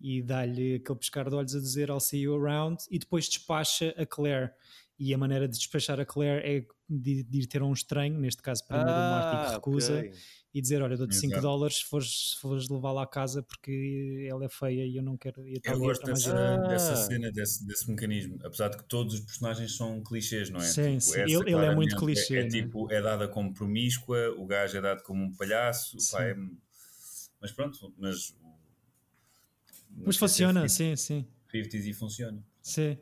[SPEAKER 2] e dá-lhe aquele pescar de olhos a dizer I'll see you around e depois despacha a Claire e a maneira de despachar a Claire é de, de ir ter a um estranho, neste caso primeiro o Marty que recusa
[SPEAKER 3] Ah, ok.
[SPEAKER 2] e dizer olha dou-te 5
[SPEAKER 4] Ah, Exato.
[SPEAKER 2] dólares se fores, se fores levá-la à casa porque ela é feia e eu não quero ir
[SPEAKER 4] Eu gosto dessa,
[SPEAKER 3] Ah.
[SPEAKER 4] dessa cena, desse, desse mecanismo. Apesar de que todos os personagens são clichês, não é?
[SPEAKER 2] Sim, sim.
[SPEAKER 4] essa
[SPEAKER 2] Ele- ele é
[SPEAKER 4] claramente
[SPEAKER 2] muito clichê,
[SPEAKER 4] É,
[SPEAKER 2] não é?
[SPEAKER 4] tipo, é dada como promíscua, o gajo é dado como um palhaço. pá, é- Mas pronto, mas.
[SPEAKER 2] mas funciona, sim, sim
[SPEAKER 4] 50 é e funciona.
[SPEAKER 2] Sim.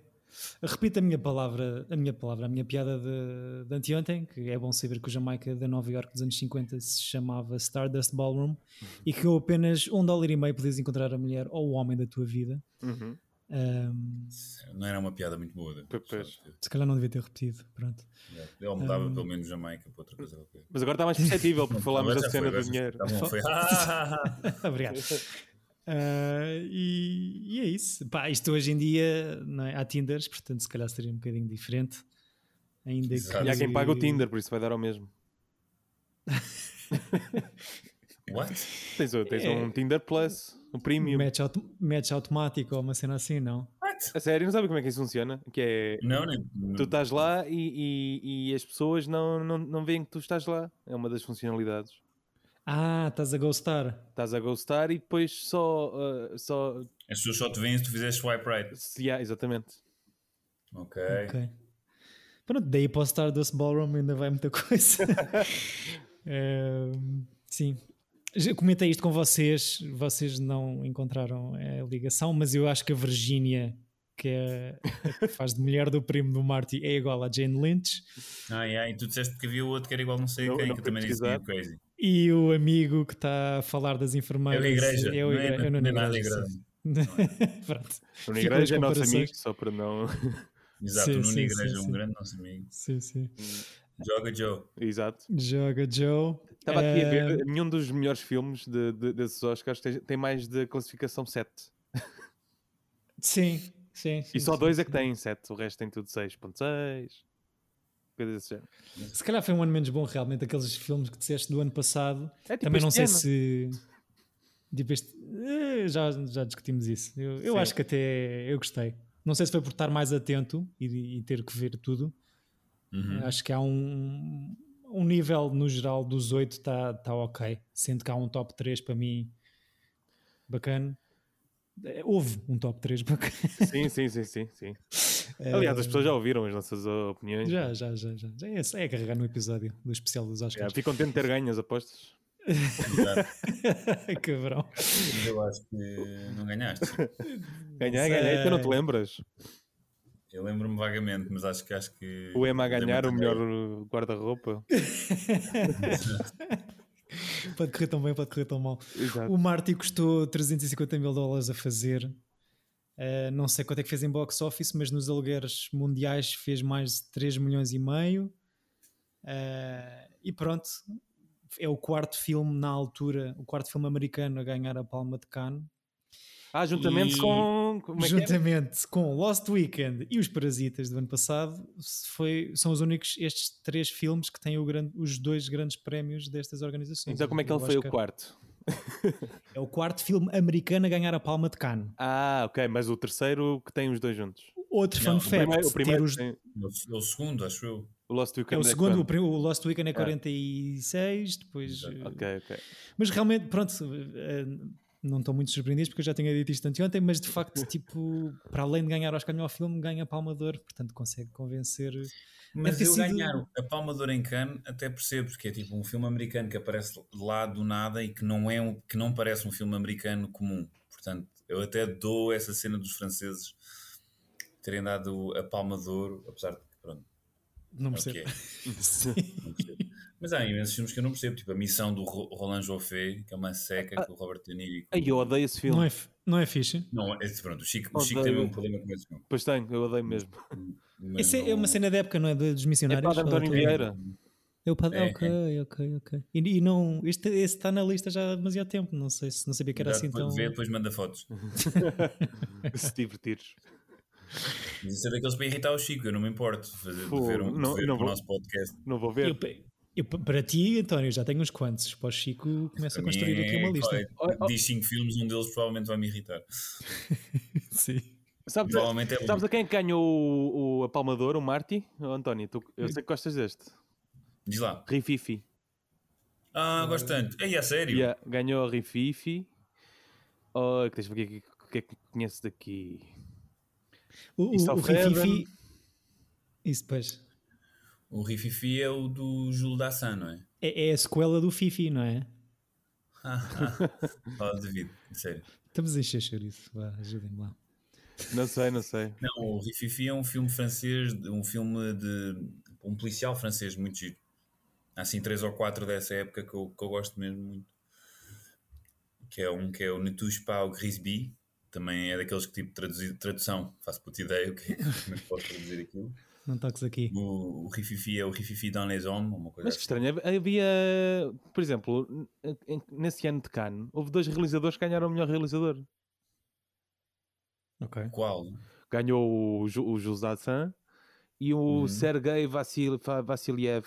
[SPEAKER 2] Repito a minha palavra, a minha palavra, a minha piada de, de anteontem, que é bom saber que o Jamaica da Nova York dos anos 50 se chamava Stardust Ballroom e que com apenas um dólar e meio podes encontrar a mulher ou o homem da tua vida.
[SPEAKER 3] Uhum.
[SPEAKER 2] Ahm,
[SPEAKER 4] Não era uma piada muito boa.
[SPEAKER 3] Pois, pois.
[SPEAKER 2] se calhar não devia ter repetido, pronto.
[SPEAKER 4] Ele mudava
[SPEAKER 2] Hum.
[SPEAKER 4] pelo menos Jamaica para outra coisa. qualquer.
[SPEAKER 3] Mas agora está mais perceptível porque falámos
[SPEAKER 4] Agora
[SPEAKER 3] Hum. da
[SPEAKER 4] já foi,
[SPEAKER 3] cena do dinheiro.
[SPEAKER 4] agora já foi. Tá bom, foi. Ah, ah, ah, ah.
[SPEAKER 2] Obrigado. Ah, e, e é isso. Pá, isto hoje em dia não é? há Tinders, portanto se calhar seria um bocadinho diferente. Ainda
[SPEAKER 4] Exato.
[SPEAKER 3] E há quem paga o
[SPEAKER 2] que-
[SPEAKER 3] Tinder, por isso vai dar ao mesmo.
[SPEAKER 4] What?
[SPEAKER 3] Tens, o- tens
[SPEAKER 2] É.
[SPEAKER 3] um Tinder Plus, um Premium.
[SPEAKER 2] Match, auto- match automático ou uma cena assim, não?
[SPEAKER 4] What?
[SPEAKER 3] A sério, não sabem como é que isso funciona? Que é.
[SPEAKER 4] Não, nem.
[SPEAKER 3] Tu estás lá e, e- e as pessoas não, não, não veem que tu estás lá. É uma das funcionalidades.
[SPEAKER 2] Ah, estás a ghostar.
[SPEAKER 3] Estás a ghostar e depois só. ah, só
[SPEAKER 4] As pessoas só te veem É se tu fizeres swipe right.
[SPEAKER 3] se- yeah, exatamente.
[SPEAKER 4] Ok.
[SPEAKER 2] Ok. Pronto, daí para o Stardust Ballroom ainda vai muita coisa. Eh, sim. Já comentei isto com vocês, vocês não encontraram a ligação, mas eu acho que a Virginia, que, é, a que faz de mulher do primo do Marty, é igual à Jane Lynch.
[SPEAKER 4] Ah, yeah, e tu disseste que havia outro que era igual não sei
[SPEAKER 3] Não,
[SPEAKER 4] a quem,
[SPEAKER 3] não
[SPEAKER 4] que eu
[SPEAKER 3] fui
[SPEAKER 4] também disse que
[SPEAKER 3] pesquisar.
[SPEAKER 4] é crazy.
[SPEAKER 2] E o amigo que está a falar das enfermeiras.
[SPEAKER 4] É o Igreja,
[SPEAKER 2] é o
[SPEAKER 4] não
[SPEAKER 2] Igre-
[SPEAKER 4] é-
[SPEAKER 2] é o
[SPEAKER 4] não é
[SPEAKER 2] Nuno
[SPEAKER 4] nada
[SPEAKER 2] Igreja, sim. Pronto. Ficam
[SPEAKER 3] Nuno
[SPEAKER 2] as
[SPEAKER 3] Igreja é nosso
[SPEAKER 2] comparações.
[SPEAKER 3] amigo, só para não.
[SPEAKER 4] Exato,
[SPEAKER 2] Sim,
[SPEAKER 4] o Nuno
[SPEAKER 2] sim,
[SPEAKER 4] Igreja
[SPEAKER 2] sim,
[SPEAKER 4] é um
[SPEAKER 2] sim.
[SPEAKER 4] grande nosso amigo.
[SPEAKER 2] Sim, sim.
[SPEAKER 4] Joga Joe.
[SPEAKER 3] Exato.
[SPEAKER 2] Joga Joe.
[SPEAKER 3] Estava aqui a
[SPEAKER 2] Eh,
[SPEAKER 3] ver, nenhum dos melhores filmes de- de- desses Oscars tem, tem mais de classificação 7.
[SPEAKER 2] Sim, sim.
[SPEAKER 3] E
[SPEAKER 2] sim,
[SPEAKER 3] só
[SPEAKER 2] sim,
[SPEAKER 3] dois é
[SPEAKER 2] sim.
[SPEAKER 3] que têm 7, o resto tem tudo 6.6. Coisa desse género.
[SPEAKER 2] Se calhar foi um ano menos bom, realmente, aqueles filmes que disseste do ano passado.
[SPEAKER 3] É tipo
[SPEAKER 2] Também não
[SPEAKER 3] este
[SPEAKER 2] sei
[SPEAKER 3] ano.
[SPEAKER 2] se. Tipo este. eh, Já, já discutimos isso. Eu, eu
[SPEAKER 3] Sim.
[SPEAKER 2] acho que até eu gostei. Não sei se foi por estar mais atento e, e ter que ver tudo.
[SPEAKER 4] Uhum.
[SPEAKER 2] Acho que há um, um nível, no geral, dos oito está tá ok. Sendo que há um top 3 para mim bacana. Eh, Houve um top 3 bacana.
[SPEAKER 3] Sim, sim, sim, sim, sim. Aliás, as pessoas já ouviram as nossas uh, opiniões.
[SPEAKER 2] É. Já, já, já. já. já é, é carregar no episódio do especial dos
[SPEAKER 3] Já,
[SPEAKER 2] Oscars.
[SPEAKER 3] Fico contente de ter ganho as apostas. É.
[SPEAKER 2] Cabrão.
[SPEAKER 4] Mas Eu acho que não ganhaste.
[SPEAKER 3] Ganhei, ganhei, tu não te
[SPEAKER 2] Sei.
[SPEAKER 3] lembras?
[SPEAKER 4] Eu lembro-me vagamente, mas acho que acho que. é
[SPEAKER 3] O Ema a ganhar o
[SPEAKER 4] Lembro-me
[SPEAKER 3] melhor
[SPEAKER 4] também.
[SPEAKER 3] uh, guarda-roupa.
[SPEAKER 2] Pode correr tão bem, pode correr tão mal.
[SPEAKER 3] Exato.
[SPEAKER 2] O Marty custou 350 mil dólares a fazer. Uh, não sei quanto é que fez em box office, mas nos alugueres mundiais fez mais de 3 milhões e meio. Uh, e pronto, é o quarto filme na altura, o quarto filme americano a ganhar a Palma de Cannes,
[SPEAKER 3] Ah, juntamente
[SPEAKER 4] E-
[SPEAKER 3] com. Como é que é?
[SPEAKER 2] juntamente com Lost Weekend e Os Parasitas do ano passado. se Foi, são os únicos estes três filmes que têm o grande- os dois grandes prémios destas organizações.
[SPEAKER 3] Então, como é que ele foi o
[SPEAKER 2] Oscar.
[SPEAKER 3] quarto?
[SPEAKER 2] É o quarto filme americano a ganhar a Palma de Cannes.
[SPEAKER 3] Ah, ok, mas o terceiro que tem os dois juntos.
[SPEAKER 2] Outro fun
[SPEAKER 4] Não, o
[SPEAKER 2] fact:
[SPEAKER 3] Primeiro, o
[SPEAKER 2] ter
[SPEAKER 3] primeiro
[SPEAKER 2] os-
[SPEAKER 3] tem
[SPEAKER 4] É o segundo, acho eu.
[SPEAKER 3] o Lost Weekend.
[SPEAKER 2] é o
[SPEAKER 3] que
[SPEAKER 2] segundo, o,
[SPEAKER 3] quando?
[SPEAKER 2] prim- o Lost Weekend é 46, depois. eh,
[SPEAKER 3] Ok, ok.
[SPEAKER 2] Mas realmente, pronto, eh, não estou muito surpreendido porque eu já tinha dito isto anteontem, mas de facto, tipo, para além de ganhar Oscar melhor filme, ganha Palma de Ouro, portanto consegue convencer.
[SPEAKER 4] Mas
[SPEAKER 2] ter
[SPEAKER 4] eu
[SPEAKER 2] sido-
[SPEAKER 4] ganhar a Palma de Ouro em Cannes até percebo, porque é tipo um filme americano que aparece lá do nada e que não, é um, que não parece um filme americano comum. Portanto, eu até dou essa cena dos franceses terem dado a Palma de Ouro, apesar de que, pronto,
[SPEAKER 2] Não
[SPEAKER 4] é o que
[SPEAKER 2] percebo.
[SPEAKER 4] é.
[SPEAKER 2] Sim.
[SPEAKER 4] Não percebo. Mas há imensos filmes que eu não percebo, tipo a missão do Ro- Roland Joffé, que é uma seca que o Robert De Niro. e com-
[SPEAKER 3] Ai, eu odeio esse filme.
[SPEAKER 2] Não é, fi- não é fixe.
[SPEAKER 4] Não, é, pronto, o Chico, o Chico
[SPEAKER 3] Odeio.
[SPEAKER 4] teve um problema com esse filme.
[SPEAKER 3] Pois tenho, eu odeio mesmo.
[SPEAKER 4] Mas
[SPEAKER 2] Essa é, é
[SPEAKER 4] não-
[SPEAKER 2] uma cena da época, não é? Dos
[SPEAKER 3] É
[SPEAKER 2] missionários.
[SPEAKER 3] para António
[SPEAKER 2] Ou-
[SPEAKER 3] Vieira.
[SPEAKER 2] É o padre.
[SPEAKER 4] É,
[SPEAKER 2] Ok, ok, ok. E, e não. Este, este está na lista já há demasiado tempo. Não sei se não sabia que era
[SPEAKER 4] Dá
[SPEAKER 2] assim
[SPEAKER 4] depois
[SPEAKER 2] tão.
[SPEAKER 4] de ver, depois manda fotos.
[SPEAKER 3] Se divertires.
[SPEAKER 4] Mas isso é daqueles para irritar o Chico, eu não me importo de fazer, de
[SPEAKER 3] Pô,
[SPEAKER 4] ver, um, de
[SPEAKER 3] não-
[SPEAKER 4] ver
[SPEAKER 3] não
[SPEAKER 4] o
[SPEAKER 3] vou-
[SPEAKER 4] nosso podcast.
[SPEAKER 3] Não vou
[SPEAKER 2] Eu
[SPEAKER 3] ver.
[SPEAKER 2] pa- eu pa- para ti, António, já tenho uns quantos. Para é o Chico, começa a construir aqui uma lista.
[SPEAKER 3] Olha, olha.
[SPEAKER 4] é, Diz 5 filmes, um deles provavelmente vai me irritar.
[SPEAKER 2] Sim.
[SPEAKER 3] Sabes,
[SPEAKER 4] Provavelmente é
[SPEAKER 3] sabes a quem ganhou o, o, a Palma de Ouro, o Marty? Oh, António, tu- eu sei que gostas deste.
[SPEAKER 4] Diz lá.
[SPEAKER 3] Rififi.
[SPEAKER 4] Ah, gosto tanto. Ei, a sério?
[SPEAKER 3] Yeah, ganhou a Rififi. Oh, que deixa eu ver o que é que- o que é que conheces daqui.
[SPEAKER 2] O, o,
[SPEAKER 3] Isso
[SPEAKER 2] o
[SPEAKER 3] oferece-
[SPEAKER 2] Rififi. Isso, pois.
[SPEAKER 4] O Rififi é o do Júlio Dassin, não é?
[SPEAKER 2] É, é a sequela do Fifi, não é?
[SPEAKER 4] Fala, David, a sério.
[SPEAKER 2] Estamos a encher chouriço. Vá, ajudem-me lá.
[SPEAKER 3] Não sei, não sei.
[SPEAKER 4] Não, o Rififi é um filme francês, de- um filme de um policial francês muito giro. Há assim três ou quatro dessa época que eu, que eu gosto mesmo muito. Que é um que é o Ne touche pas au Grisby, também é daqueles que tipo traduzido, tradução, faço puta ideia o que é, como é que posso traduzir aquilo.
[SPEAKER 2] Não toques aqui.
[SPEAKER 4] O, o Rififi é o Rififi dans les hommes, uma coisa
[SPEAKER 3] Mas
[SPEAKER 4] assim.
[SPEAKER 3] que É estranho, hav- havia, por exemplo, n- em- nesse ano de Cannes, houve dois realizadores que ganharam o melhor realizador.
[SPEAKER 2] Ok.
[SPEAKER 4] assim. Qual?
[SPEAKER 3] Ganhou o, Ju- o José Dassin e o
[SPEAKER 4] Uhum.
[SPEAKER 3] Sergei Vassil, Fa- Vassiliev.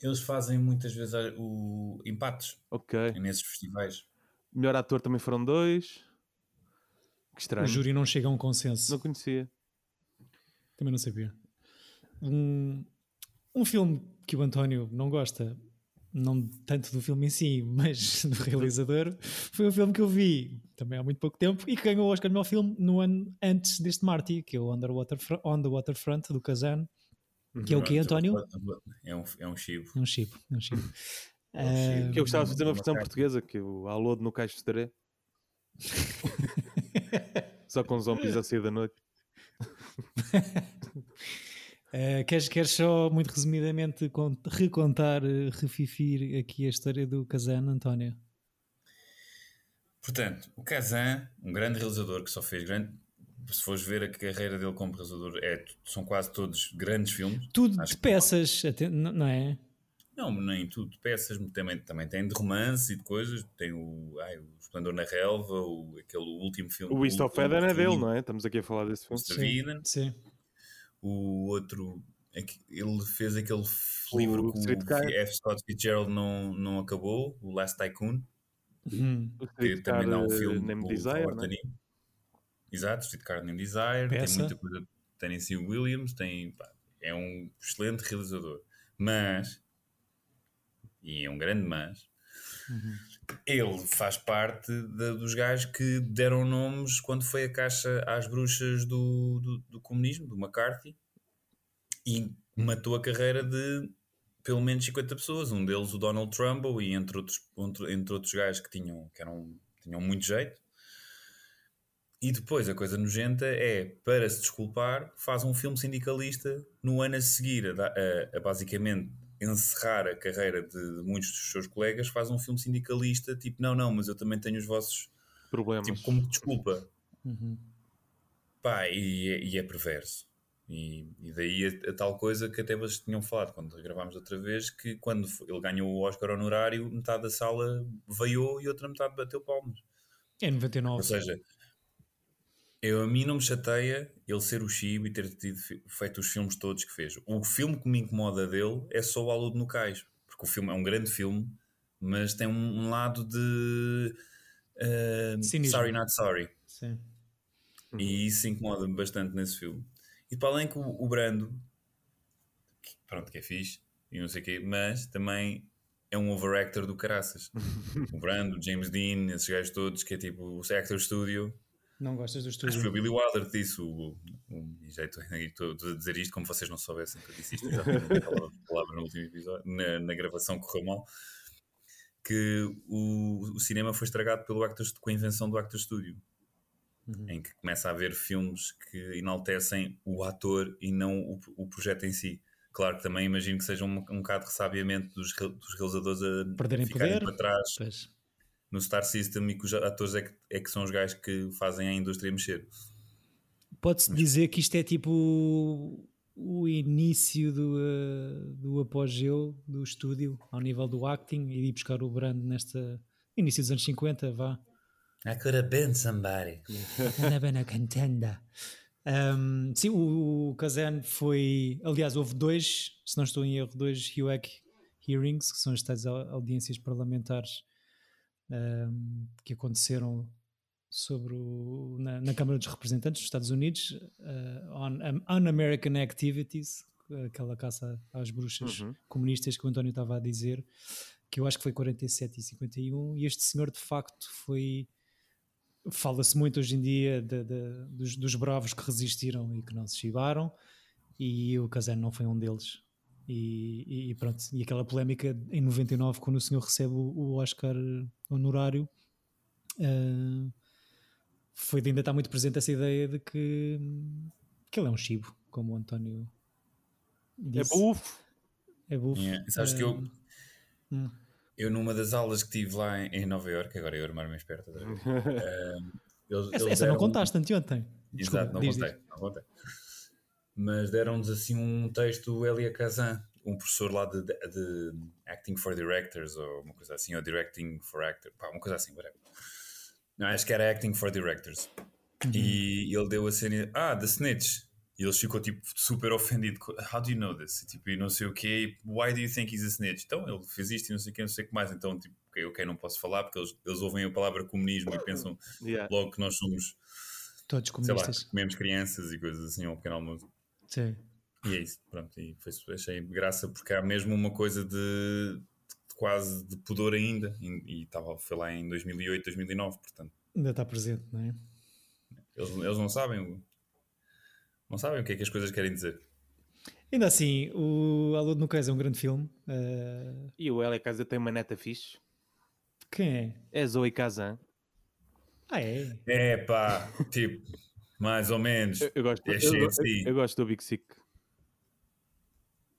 [SPEAKER 4] Eles fazem muitas vezes a- o empates
[SPEAKER 3] Ok.
[SPEAKER 4] nesses festivais.
[SPEAKER 3] Melhor ator também foram dois. Que
[SPEAKER 2] O
[SPEAKER 3] estranho.
[SPEAKER 2] júri não chega a um consenso.
[SPEAKER 3] Não conhecia.
[SPEAKER 2] Também não sabia. Um, um filme que o António não gosta, não tanto do filme em si, mas do realizador, foi um filme que eu vi também há muito pouco tempo e que ganhou o Oscar de melhor filme no ano antes deste Marty, que é o Underwater Fr- On the Waterfront do Kazan, que é
[SPEAKER 4] Uhum.
[SPEAKER 2] o que, António?
[SPEAKER 4] É um, é um chivo.
[SPEAKER 2] É um chip, é um chip.
[SPEAKER 4] É um chip.
[SPEAKER 2] Ah,
[SPEAKER 3] Que eu gostava de fazer uma
[SPEAKER 4] Uma
[SPEAKER 3] versão
[SPEAKER 4] carta.
[SPEAKER 3] portuguesa, que é o Alô no Caixo de Taré. Só com zombies a sair da noite.
[SPEAKER 2] ah, queres, queres só, muito resumidamente, con- recontar, eh, refifir aqui a história do Kazan, António?
[SPEAKER 4] Portanto, o Kazan, um grande realizador que só fez grande. Se fores ver a carreira dele como realizador, é, são quase todos grandes filmes.
[SPEAKER 2] Tudo
[SPEAKER 4] Acho
[SPEAKER 2] de
[SPEAKER 4] que
[SPEAKER 2] peças, até- não não é?
[SPEAKER 4] Não, nem tudo. Peças também, também tem de romance e de coisas. Tem o, ai, o Esplendor na Relva, o, aquele último filme.
[SPEAKER 3] O East of
[SPEAKER 4] último
[SPEAKER 3] Eden é dele,
[SPEAKER 4] filme,
[SPEAKER 3] não é? Estamos aqui a falar desse filme.
[SPEAKER 4] Mr. Eden.
[SPEAKER 2] Sim.
[SPEAKER 4] O outro. aque- Ele fez aquele f-
[SPEAKER 3] O
[SPEAKER 4] livro que
[SPEAKER 3] Streetcar.
[SPEAKER 4] o F. Scott Fitzgerald não, não acabou, o Last Tycoon,
[SPEAKER 2] Hum.
[SPEAKER 3] O
[SPEAKER 4] que
[SPEAKER 3] Streetcar
[SPEAKER 4] também dá um
[SPEAKER 3] eh,
[SPEAKER 4] filme
[SPEAKER 3] Named
[SPEAKER 4] com o
[SPEAKER 3] Desire,
[SPEAKER 4] Robert
[SPEAKER 3] não é?
[SPEAKER 4] Downey. Exato, Streetcar Named Desire.
[SPEAKER 2] Peça.
[SPEAKER 4] Tem muita coisa. Tem em si o Williams, tem, pá, é um excelente realizador. Mas, e é um grande mas, ele faz parte da- dos gajos que deram nomes quando foi a caixa às bruxas do, do, do comunismo, do McCarthy, e matou a carreira de pelo menos 50 pessoas. Um deles, o Donald Trumbo, e entre outros, entre, entre outros gajos que tinham, que eram, tinham muito jeito. E depois a coisa nojenta é, para se desculpar, faz um filme sindicalista no ano a seguir, a, da- a- a basicamente encerrar a carreira de, de muitos dos seus colegas, faz um filme sindicalista, tipo, não, não, mas eu também tenho os vossos,
[SPEAKER 3] Problemas.
[SPEAKER 4] tipo, como desculpa.
[SPEAKER 2] Uhum.
[SPEAKER 4] Pá, e, é- e é perverso. E, e daí a, a tal coisa que até vocês tinham falado quando gravámos outra vez, que quando f- ele ganhou o Oscar honorário, metade da sala veiou e outra metade bateu palmas.
[SPEAKER 2] É 99.
[SPEAKER 4] Ou seja, eu, a mim não me chateia ele ser o Chibo e ter tido fi- feito os filmes todos que fez. O filme que me incomoda dele é só o Aludo no Cais, porque o filme é um grande filme, mas tem um, um lado de ah,
[SPEAKER 2] Cinismo.
[SPEAKER 4] sorry, not sorry.
[SPEAKER 2] Sim.
[SPEAKER 4] E isso incomoda-me bastante nesse filme. E para além que o, o Brando, que, pronto, que é fixe, e não sei o quê, mas também é um overactor do caraças. o Brando, o James Dean, esses gajos todos, que é tipo o Actor Studio.
[SPEAKER 2] Não gostas do
[SPEAKER 4] Acho que foi o
[SPEAKER 2] estúdio?
[SPEAKER 4] Billy Wilder que disse. O, o, e já estou estou a dizer isto como vocês não soubessem que eu disse isto exatamente a palavra, a palavra no último episódio, na, na gravação que correu mal. Que o, o cinema foi estragado pelo Actors, com a invenção do Actor Studio,
[SPEAKER 2] Uhum.
[SPEAKER 4] em que começa a haver filmes que enaltecem o ator e não o, o projeto em si. Claro que também imagino que seja um, um bocado de ressabiamento dos, re- dos realizadores a
[SPEAKER 2] Perderem
[SPEAKER 4] ficarem
[SPEAKER 2] poder.
[SPEAKER 4] para trás
[SPEAKER 2] Pois.
[SPEAKER 4] no Star System e que os atores é que, é que são os gajos que fazem a indústria mexer.
[SPEAKER 2] Pode-se dizer que isto é tipo o início do, uh, do apogeu do estúdio ao nível do acting e ir buscar o Brando nesta início dos anos 50, vá.
[SPEAKER 4] I could have been somebody.
[SPEAKER 2] Andava na contenda. Um, sim, o, o Kazan foi. Aliás, houve dois, se não estou em erro, dois HUEC hearings, que são as tais au- audiências parlamentares um, que aconteceram sobre o- na, na Câmara dos Representantes dos Estados Unidos uh, on um, un-American activities, aquela caça às bruxas
[SPEAKER 3] Uhum.
[SPEAKER 2] comunistas que o António estava a dizer, que eu acho que foi 47 e 51, e este senhor de facto foi fala-se muito hoje em dia da- da- dos, dos bravos que resistiram e que não se chibaram, e o Kazan não foi um deles. E, e- e pronto, e aquela polémica em 99, quando o senhor recebe o, o Oscar honorário, ah, foi de ainda estar muito presente essa ideia de que, que ele é um chibo, como o António
[SPEAKER 3] É
[SPEAKER 2] disse.
[SPEAKER 3] bufo.
[SPEAKER 2] É bufo.
[SPEAKER 4] Yeah. Sabes que eu,
[SPEAKER 2] hum.
[SPEAKER 4] eu, numa das aulas que tive lá em, em Nova Iorque, agora eu armar-me esperto outra vez. ehm, eles-
[SPEAKER 2] Essa,
[SPEAKER 4] eles
[SPEAKER 2] essa não
[SPEAKER 4] deram-
[SPEAKER 2] contaste anteontem. Desculpa,
[SPEAKER 4] Exato, não
[SPEAKER 2] diz,
[SPEAKER 4] contei,
[SPEAKER 2] diz.
[SPEAKER 4] não contei. Mas deram-nos assim um texto do Elia Kazan, um professor lá de, de- de Acting for Directors, ou uma coisa assim, ou Directing for Actors, pá, uma coisa assim, whatever. Não, acho que era Acting for Directors. E
[SPEAKER 2] Uhum.
[SPEAKER 4] ele deu a cena, ah, The Snitch. E ele ficou tipo super ofendido. co- How do you know this? E, tipo, e não sei o quê. e, Why do you think he's a snitch? Então ele fez isto e não sei o quê, não sei o que mais. Então, tipo, ok, ok, não posso falar porque eles, eles ouvem a palavra comunismo e pensam
[SPEAKER 3] Yeah.
[SPEAKER 4] logo que nós somos
[SPEAKER 2] Todos
[SPEAKER 4] sei lá,
[SPEAKER 2] comunistas.
[SPEAKER 4] comemos crianças e coisas assim, ao pequeno almoço.
[SPEAKER 2] Sim.
[SPEAKER 4] E é isso, pronto. E foi, achei graça porque há mesmo uma coisa de, de quase de pudor ainda, e, e estava, foi lá em 2008, 2009, portanto.
[SPEAKER 2] Ainda está presente, não é?
[SPEAKER 4] Eles, eles não sabem o- não sabem o que é que as coisas querem dizer.
[SPEAKER 2] Ainda assim, o Alô de Nucais é um grande filme. Ah,
[SPEAKER 3] E o L.A. Casa tem uma neta fixe.
[SPEAKER 2] quem é?
[SPEAKER 3] É Zoe Kazan.
[SPEAKER 2] Ah, é?
[SPEAKER 4] É pá, tipo, mais ou menos.
[SPEAKER 3] Eu, eu gosto,
[SPEAKER 4] É
[SPEAKER 3] eu-
[SPEAKER 4] cheio de
[SPEAKER 3] eu-
[SPEAKER 4] si.
[SPEAKER 3] eu gosto do Big Sick.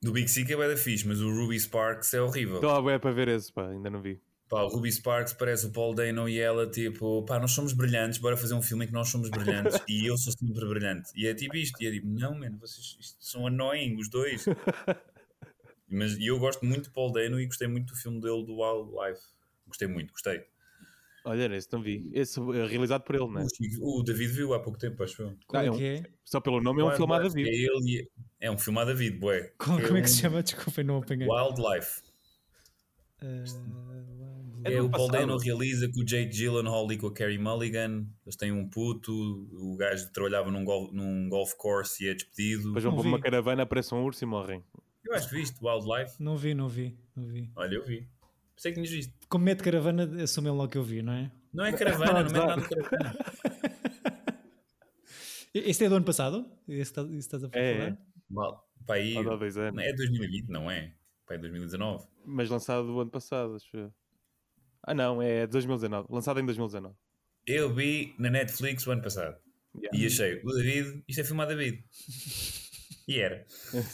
[SPEAKER 4] Do Big Sick é bué da fixe, mas o Ruby Sparks é horrível.
[SPEAKER 3] Estou a ver para ver esse, pá, ainda não vi.
[SPEAKER 4] Pá, o Ruby Sparks parece o Paul Dano e ela, tipo, pá, nós somos brilhantes, bora fazer um filme em que nós somos brilhantes e eu sou sempre brilhante. E é tipo isto, e é tipo, não, mano, vocês isto são annoying, os dois. Mas e eu gosto muito de Paul Dano e gostei muito do filme dele do Wildlife. Gostei muito, gostei.
[SPEAKER 3] Olha, esse não vi. Esse é realizado por ele, não é?
[SPEAKER 4] O Chico- O David viu há pouco tempo, acho eu.
[SPEAKER 2] Qual
[SPEAKER 3] Ah,
[SPEAKER 2] é
[SPEAKER 3] é um-
[SPEAKER 2] que é?
[SPEAKER 3] Só pelo nome é um filmado a
[SPEAKER 4] Wildlife,
[SPEAKER 3] vivo.
[SPEAKER 4] É, ele, e- é um filme a David, bué.
[SPEAKER 2] Qual- como é que se
[SPEAKER 4] um
[SPEAKER 2] chama? Desculpem, não apanhei.
[SPEAKER 4] Wildlife.
[SPEAKER 2] Ah, Wild-
[SPEAKER 3] É
[SPEAKER 4] É,
[SPEAKER 3] do
[SPEAKER 4] o Paul
[SPEAKER 3] passado.
[SPEAKER 4] Dano realiza com o Jake Gyllenhaal e com a Carey Mulligan. Eles têm um puto. O gajo trabalhava num, gol, num golf course e é despedido.
[SPEAKER 3] Depois vão
[SPEAKER 2] Não
[SPEAKER 3] para uma
[SPEAKER 2] vi.
[SPEAKER 3] caravana, aparece um urso e morrem.
[SPEAKER 4] Eu acho que viste Wildlife.
[SPEAKER 2] Não vi, não vi, não vi.
[SPEAKER 4] Olha, eu vi. Pensei que tinhas visto.
[SPEAKER 2] Como mete caravana, assumem logo que eu vi, não é?
[SPEAKER 4] Não é caravana, não, é nada de
[SPEAKER 3] Exato.
[SPEAKER 4] caravana.
[SPEAKER 2] Este é do ano passado? Esse tá- esse estás a falar?
[SPEAKER 3] É, é.
[SPEAKER 4] Mal. Pá, aí,
[SPEAKER 3] Há dois anos.
[SPEAKER 4] é 2020, não é? Pá, é 2019.
[SPEAKER 3] Mas lançado do ano passado, acho eu. Ah, não, é 2019. Lançado em 2019.
[SPEAKER 4] Eu vi na Netflix o ano passado.
[SPEAKER 3] Yeah.
[SPEAKER 4] E achei, o David, isto é filme a David. E era.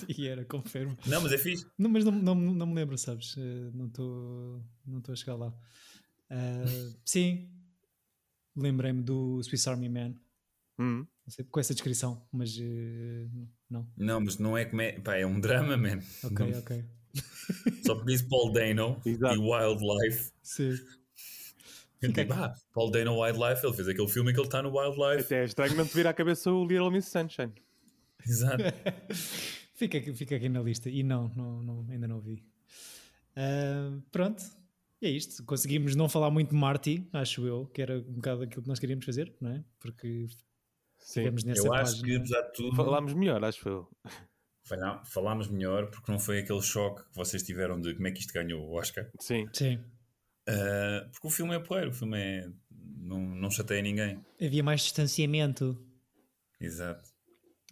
[SPEAKER 2] E era, confirmo.
[SPEAKER 4] Não, mas é fixe.
[SPEAKER 2] Não, mas não, não, não me lembro, sabes? Eh, Não estou não estou a chegar lá. Ah, sim, lembrei-me do Swiss Army Man.
[SPEAKER 3] Hum.
[SPEAKER 2] Não sei, com essa descrição, mas eh, não.
[SPEAKER 4] Não, mas não é como é. Pá, é um drama, man.
[SPEAKER 2] Ok,
[SPEAKER 4] Não-
[SPEAKER 2] ok.
[SPEAKER 4] Só porque disse Paul Dano
[SPEAKER 3] Exato.
[SPEAKER 4] e Wildlife.
[SPEAKER 2] Sim.
[SPEAKER 4] Eu
[SPEAKER 2] Fica
[SPEAKER 4] digo, ah, Paul Dano Wildlife, ele fez aquele filme em que ele está no Wildlife.
[SPEAKER 3] Até é estranho não te vir à cabeça o Little Miss Sunshine.
[SPEAKER 4] Exato.
[SPEAKER 2] fica, aqui- fica aqui na lista. E não, não, não ainda não vi. Ah, pronto. E é isto. Conseguimos não falar muito de Marty, acho eu, que era um bocado aquilo que nós queríamos fazer, não é? Porque
[SPEAKER 3] Sim.
[SPEAKER 2] ficamos nessa
[SPEAKER 4] Eu acho que,
[SPEAKER 2] página.
[SPEAKER 4] apesar de tudo,
[SPEAKER 3] Falámos melhor, acho eu.
[SPEAKER 4] falá- falámos melhor porque não foi aquele choque que vocês tiveram de como é que isto ganhou o Oscar.
[SPEAKER 3] Sim.
[SPEAKER 2] Sim.
[SPEAKER 4] Ah, porque o filme é porreiro, o filme é. Não, não chateia ninguém.
[SPEAKER 2] Havia mais distanciamento.
[SPEAKER 4] Exato.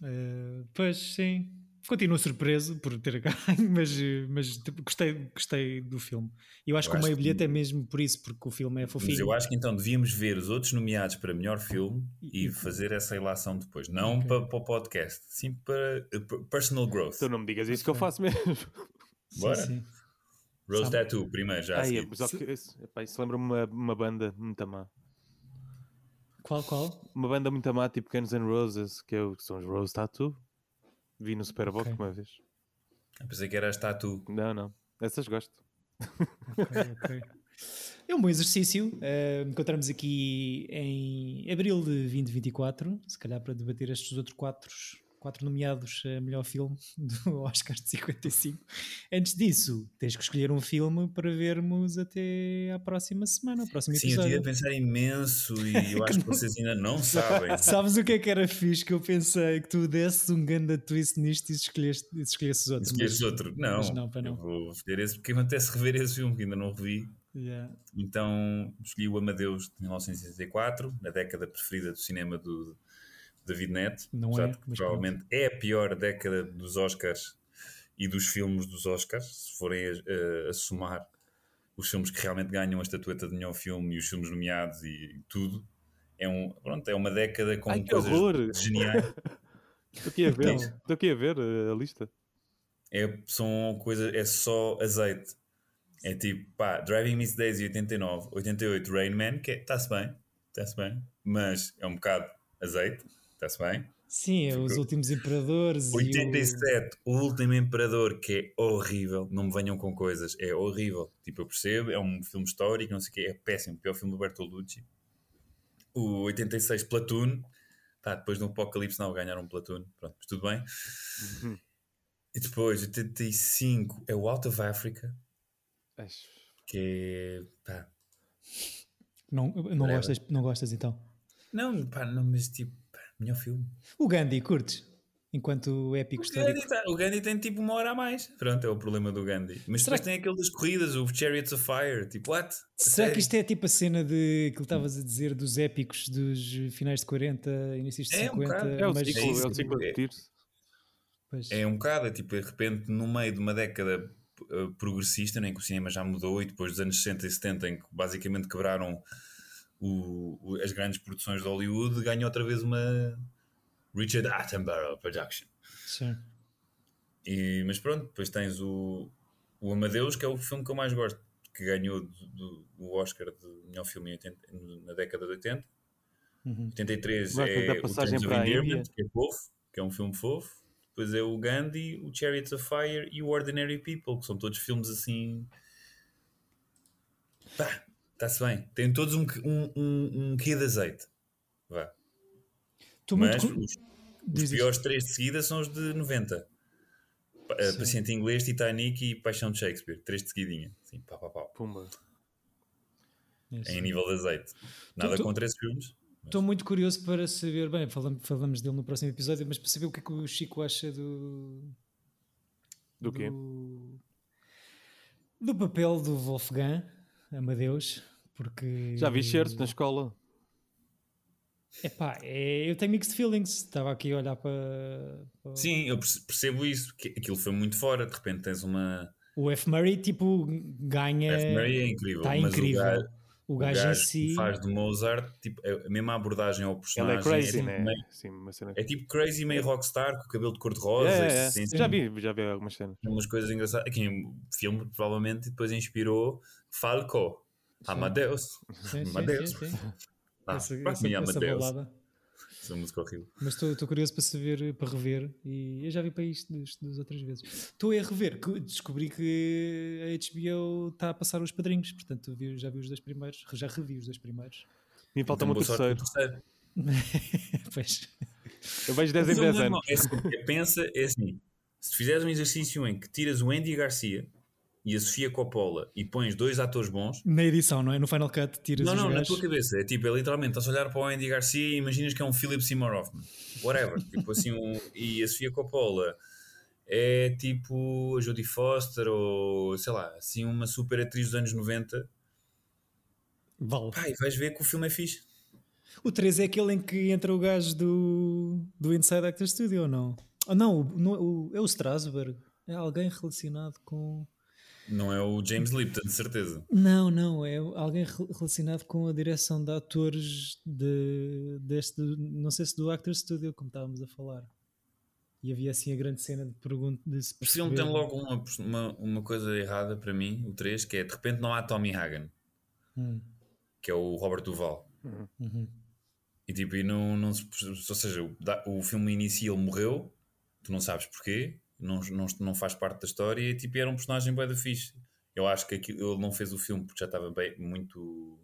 [SPEAKER 2] Ah, pois, sim. Continuo surpreso por ter ganho, mas, eh, mas tipo, gostei, gostei do filme. E Eu acho
[SPEAKER 4] Eu
[SPEAKER 2] que o
[SPEAKER 4] acho
[SPEAKER 2] meio
[SPEAKER 4] que-
[SPEAKER 2] bilhete é mesmo por isso, porque o filme é
[SPEAKER 4] Mas eu
[SPEAKER 2] fofinho.
[SPEAKER 4] acho que então devíamos ver os outros nomeados para melhor filme e
[SPEAKER 2] E-
[SPEAKER 4] fazer essa ilação depois. Não
[SPEAKER 2] Ok.
[SPEAKER 4] para, para o podcast, sim para uh, personal growth.
[SPEAKER 3] Tu não me digas isso que eu faço mesmo.
[SPEAKER 4] Bora.
[SPEAKER 2] Sim, sim.
[SPEAKER 4] Rose
[SPEAKER 2] sabe-
[SPEAKER 4] Tattoo, primeiro, já. a
[SPEAKER 3] Ai,
[SPEAKER 4] seguir.
[SPEAKER 3] é, só que esse- epá, isso lembra-me uma, uma banda muito má.
[SPEAKER 2] Qual, qual?
[SPEAKER 3] Uma banda muito má, tipo Guns N' Roses, que, é o- que são os Rose Tattoo. Vi no Superbox
[SPEAKER 2] Ok.
[SPEAKER 3] uma vez.
[SPEAKER 4] Eu Pensei que era as Tattoo.
[SPEAKER 3] Não, não. Essas gosto.
[SPEAKER 2] Ok, ok. É um bom exercício. eh, encontramos aqui em abril de 2024, se calhar para debater estes outros quatro, quatro nomeados a melhor filme do Oscar de 55. Antes disso, tens que escolher um filme para vermos até à próxima semana, ao próximo
[SPEAKER 4] Sim, eu estive a
[SPEAKER 2] episódio.
[SPEAKER 4] pensar imenso e eu acho que vocês ainda não sabem.
[SPEAKER 2] Sabes o que é que era fixe que eu pensei que tu desses um ganda twist nisto e escolheste, e escolhesses outro? é?
[SPEAKER 4] Escolhes
[SPEAKER 2] mas-
[SPEAKER 4] outro. Não,
[SPEAKER 2] mas não, pá, não.
[SPEAKER 4] eu vou escolher esse porque eu até se rever esse filme que ainda não revi.
[SPEAKER 2] Yeah.
[SPEAKER 4] Então escolhi o Amadeus de 1964, na década preferida do cinema do David Neto.
[SPEAKER 2] Não
[SPEAKER 4] apesar
[SPEAKER 2] é,
[SPEAKER 4] de que
[SPEAKER 2] mas
[SPEAKER 4] provavelmente é a pior década dos Oscars e dos filmes dos Oscars, se forem a, a- a somar os filmes que realmente ganham a estatueta de melhor filme e os filmes nomeados e tudo. É, um, pronto, é uma década com
[SPEAKER 3] Ai, que
[SPEAKER 4] coisas
[SPEAKER 3] horror!
[SPEAKER 4] geniais.
[SPEAKER 3] Estou aqui a ver.
[SPEAKER 2] Então.
[SPEAKER 3] Estou aqui a ver eh, a lista.
[SPEAKER 4] é, são coisas, é só azeite. É tipo, pá, Driving Miss Daisy 89, 88 Rain Man, que está-se bem, está-se bem, mas é um bocado azeite, está-se bem.
[SPEAKER 2] Sim, é os
[SPEAKER 4] Ficou-
[SPEAKER 2] últimos imperadores. e o-
[SPEAKER 4] 87, o... Último Imperador, que é horrível, não me venham com coisas, é horrível. Tipo, eu percebo, é um filme histórico, não sei o quê, é péssimo, pior filme do Bertolucci. O 86 Platoon, tá, depois do Apocalipse não ganharam um Platoon, pronto, mas tudo bem.
[SPEAKER 2] Uhum.
[SPEAKER 4] E depois, 85 é o Out of Africa,
[SPEAKER 3] Acho-
[SPEAKER 4] que é. Pá.
[SPEAKER 2] Não, não,
[SPEAKER 4] Whatever.
[SPEAKER 2] gostas, não gostas então?
[SPEAKER 4] Não, pá, não, mas tipo, pá, melhor filme.
[SPEAKER 2] O Gandhi, curtes? enquanto épico
[SPEAKER 4] O Gandhi,
[SPEAKER 2] É histórico.
[SPEAKER 4] tá- o Gandhi tem tipo uma hora a mais. Pronto, é o problema do Gandhi. Mas
[SPEAKER 2] Será
[SPEAKER 4] depois tem aquele das corridas, o Chariots of Fire. Tipo, what?
[SPEAKER 2] Será que
[SPEAKER 4] Sério?
[SPEAKER 2] isto é tipo a cena de que estavas a dizer dos épicos dos finais de 40, inícios de
[SPEAKER 4] É, um
[SPEAKER 2] 50?
[SPEAKER 4] bocado.
[SPEAKER 3] É o
[SPEAKER 2] mas-
[SPEAKER 3] ciclo,
[SPEAKER 4] é isso
[SPEAKER 3] é o
[SPEAKER 4] que-
[SPEAKER 3] ciclo a repetir-se.
[SPEAKER 2] Pois.
[SPEAKER 4] É um bocado, é tipo, de repente, no meio de uma década eh, progressista, né, em que o cinema já mudou, e depois dos anos 60 e 70, em que basicamente quebraram o- o- as grandes produções de Hollywood, ganha outra vez uma Richard Attenborough Production.
[SPEAKER 2] Sim.
[SPEAKER 4] E- mas pronto, depois tens o, o Amadeus, que é o filme que eu mais gosto, que ganhou do, do- o Oscar de melhor filme em 80 na década de 80.
[SPEAKER 2] Uhum.
[SPEAKER 4] 83
[SPEAKER 3] Marcas
[SPEAKER 4] é
[SPEAKER 3] da
[SPEAKER 4] o
[SPEAKER 3] passagem
[SPEAKER 4] Terms of
[SPEAKER 3] para a
[SPEAKER 4] Endearment,
[SPEAKER 3] Índia.
[SPEAKER 4] que é fofo, que é um filme fofo. Depois é o Gandhi, o Chariots of Fire e o Ordinary People, que são todos filmes assim. Pá, está-se bem. Têm todos um, um, um, um quê de azeite. Vá.
[SPEAKER 2] Tu
[SPEAKER 4] Mas
[SPEAKER 2] muito...
[SPEAKER 4] os, os
[SPEAKER 2] Diz isto.
[SPEAKER 4] piores três de seguida são os de 90. Pa- eh,
[SPEAKER 2] Sim.
[SPEAKER 4] Paciente Inglês, Titanic e Paixão de Shakespeare. Três de seguidinha. Assim, pá, pá, pá.
[SPEAKER 3] Pumba.
[SPEAKER 2] Isso.
[SPEAKER 4] Em nível de azeite. Nada
[SPEAKER 2] tu-
[SPEAKER 4] contra esses filmes.
[SPEAKER 2] Estou muito curioso para saber, bem, falam- falamos dele no próximo episódio, mas para saber o que é que o Chico acha do.
[SPEAKER 3] Do quê?
[SPEAKER 2] Do, do papel do Wolfgang Amadeus, porque.
[SPEAKER 3] Já vi certo na escola.
[SPEAKER 2] Epá, é, eu tenho mixed feelings. Estava aqui a olhar para. para-
[SPEAKER 4] Sim, eu perce- percebo isso. Que aquilo foi muito fora. De repente tens uma.
[SPEAKER 2] O F. Murray, tipo, ganha.
[SPEAKER 4] F. Murray é incrível.
[SPEAKER 2] Está
[SPEAKER 4] mas
[SPEAKER 2] tá incrível.
[SPEAKER 4] O gajo,
[SPEAKER 2] O
[SPEAKER 4] o
[SPEAKER 2] gajo,
[SPEAKER 4] gajo
[SPEAKER 2] em
[SPEAKER 4] que
[SPEAKER 2] si.
[SPEAKER 4] faz de Mozart, tipo, é a mesma abordagem ao
[SPEAKER 3] Ela
[SPEAKER 4] personagem.
[SPEAKER 3] é crazy,
[SPEAKER 4] tipo
[SPEAKER 3] né?
[SPEAKER 4] meio-
[SPEAKER 3] Sim, uma cena.
[SPEAKER 4] é tipo crazy, meio rockstar, com o cabelo de cor-de-rosa.
[SPEAKER 3] É, é, é.
[SPEAKER 4] assim,
[SPEAKER 3] Já vi, já vi algumas cenas.
[SPEAKER 4] Umas coisas engraçadas. Aqui um filme, provavelmente, depois inspirou Falco. Amadeus.
[SPEAKER 2] Sim, sim,
[SPEAKER 4] Amadeus.
[SPEAKER 2] sim, sim.
[SPEAKER 4] Ah,
[SPEAKER 2] Essa-
[SPEAKER 4] para
[SPEAKER 2] essa-
[SPEAKER 4] mim,
[SPEAKER 2] essa
[SPEAKER 4] Amadeus.
[SPEAKER 2] balada.
[SPEAKER 4] Essa música um horrível.
[SPEAKER 2] Mas estou curioso para saber, para rever, e eu já vi para isto das, das outras vezes. Estou a rever, que descobri que a HBO está tá a passar os padrinhos, portanto vi- já vi os dois primeiros, já revi os dois primeiros.
[SPEAKER 3] E falta-me o
[SPEAKER 4] Então, boa sorte
[SPEAKER 3] terceiro.
[SPEAKER 4] no terceiro.
[SPEAKER 2] pois,
[SPEAKER 3] Eu vejo 10 em
[SPEAKER 4] Mas é um
[SPEAKER 3] 10
[SPEAKER 4] irmão.
[SPEAKER 3] anos.
[SPEAKER 4] É assim, pensa, é assim: se fizeres um exercício em que tiras o Andy Garcia e a Sofia Coppola e pões dois atores bons,
[SPEAKER 2] na edição, não é? No Final Cut tiras
[SPEAKER 4] não,
[SPEAKER 2] os
[SPEAKER 4] não, na
[SPEAKER 2] gajos.
[SPEAKER 4] tua cabeça. É tipo, é literalmente, estás a olhar para o Andy Garcia e imaginas que é um Philip Seymour Hoffman, whatever. tipo assim, um- e a Sofia Coppola é tipo a Jodie Foster ou sei lá, assim, uma super atriz dos anos 90.
[SPEAKER 2] Vale.
[SPEAKER 4] Pá, e vais ver que o filme é fixe.
[SPEAKER 2] O 3 é aquele em que entra o gajo do, do Inside Actor Studio, ou não? Ou não, o- não, o- é o Strasberg, é alguém relacionado com...
[SPEAKER 4] Não é o James Lipton, de certeza.
[SPEAKER 2] Não, não, é alguém re- relacionado com a direção de atores de, deste, não sei se do Actor Studio, como estávamos a falar. E havia assim a grande cena de pergunta de se
[SPEAKER 4] O filme tem
[SPEAKER 2] perceber-
[SPEAKER 4] logo uma, uma, uma coisa errada para mim, o 3, que é de repente não há Tommy Hagen,
[SPEAKER 2] Hum,
[SPEAKER 4] que é o Robert Duval.
[SPEAKER 2] uhum.
[SPEAKER 4] E tipo, e não, não se, ou seja, o, da- o filme inicia, ele morreu, tu não sabes porquê, não, não, não faz parte da história, e tipo, era um personagem bem da fixe. Eu acho que aquilo, ele não fez o filme porque já estava bem, muito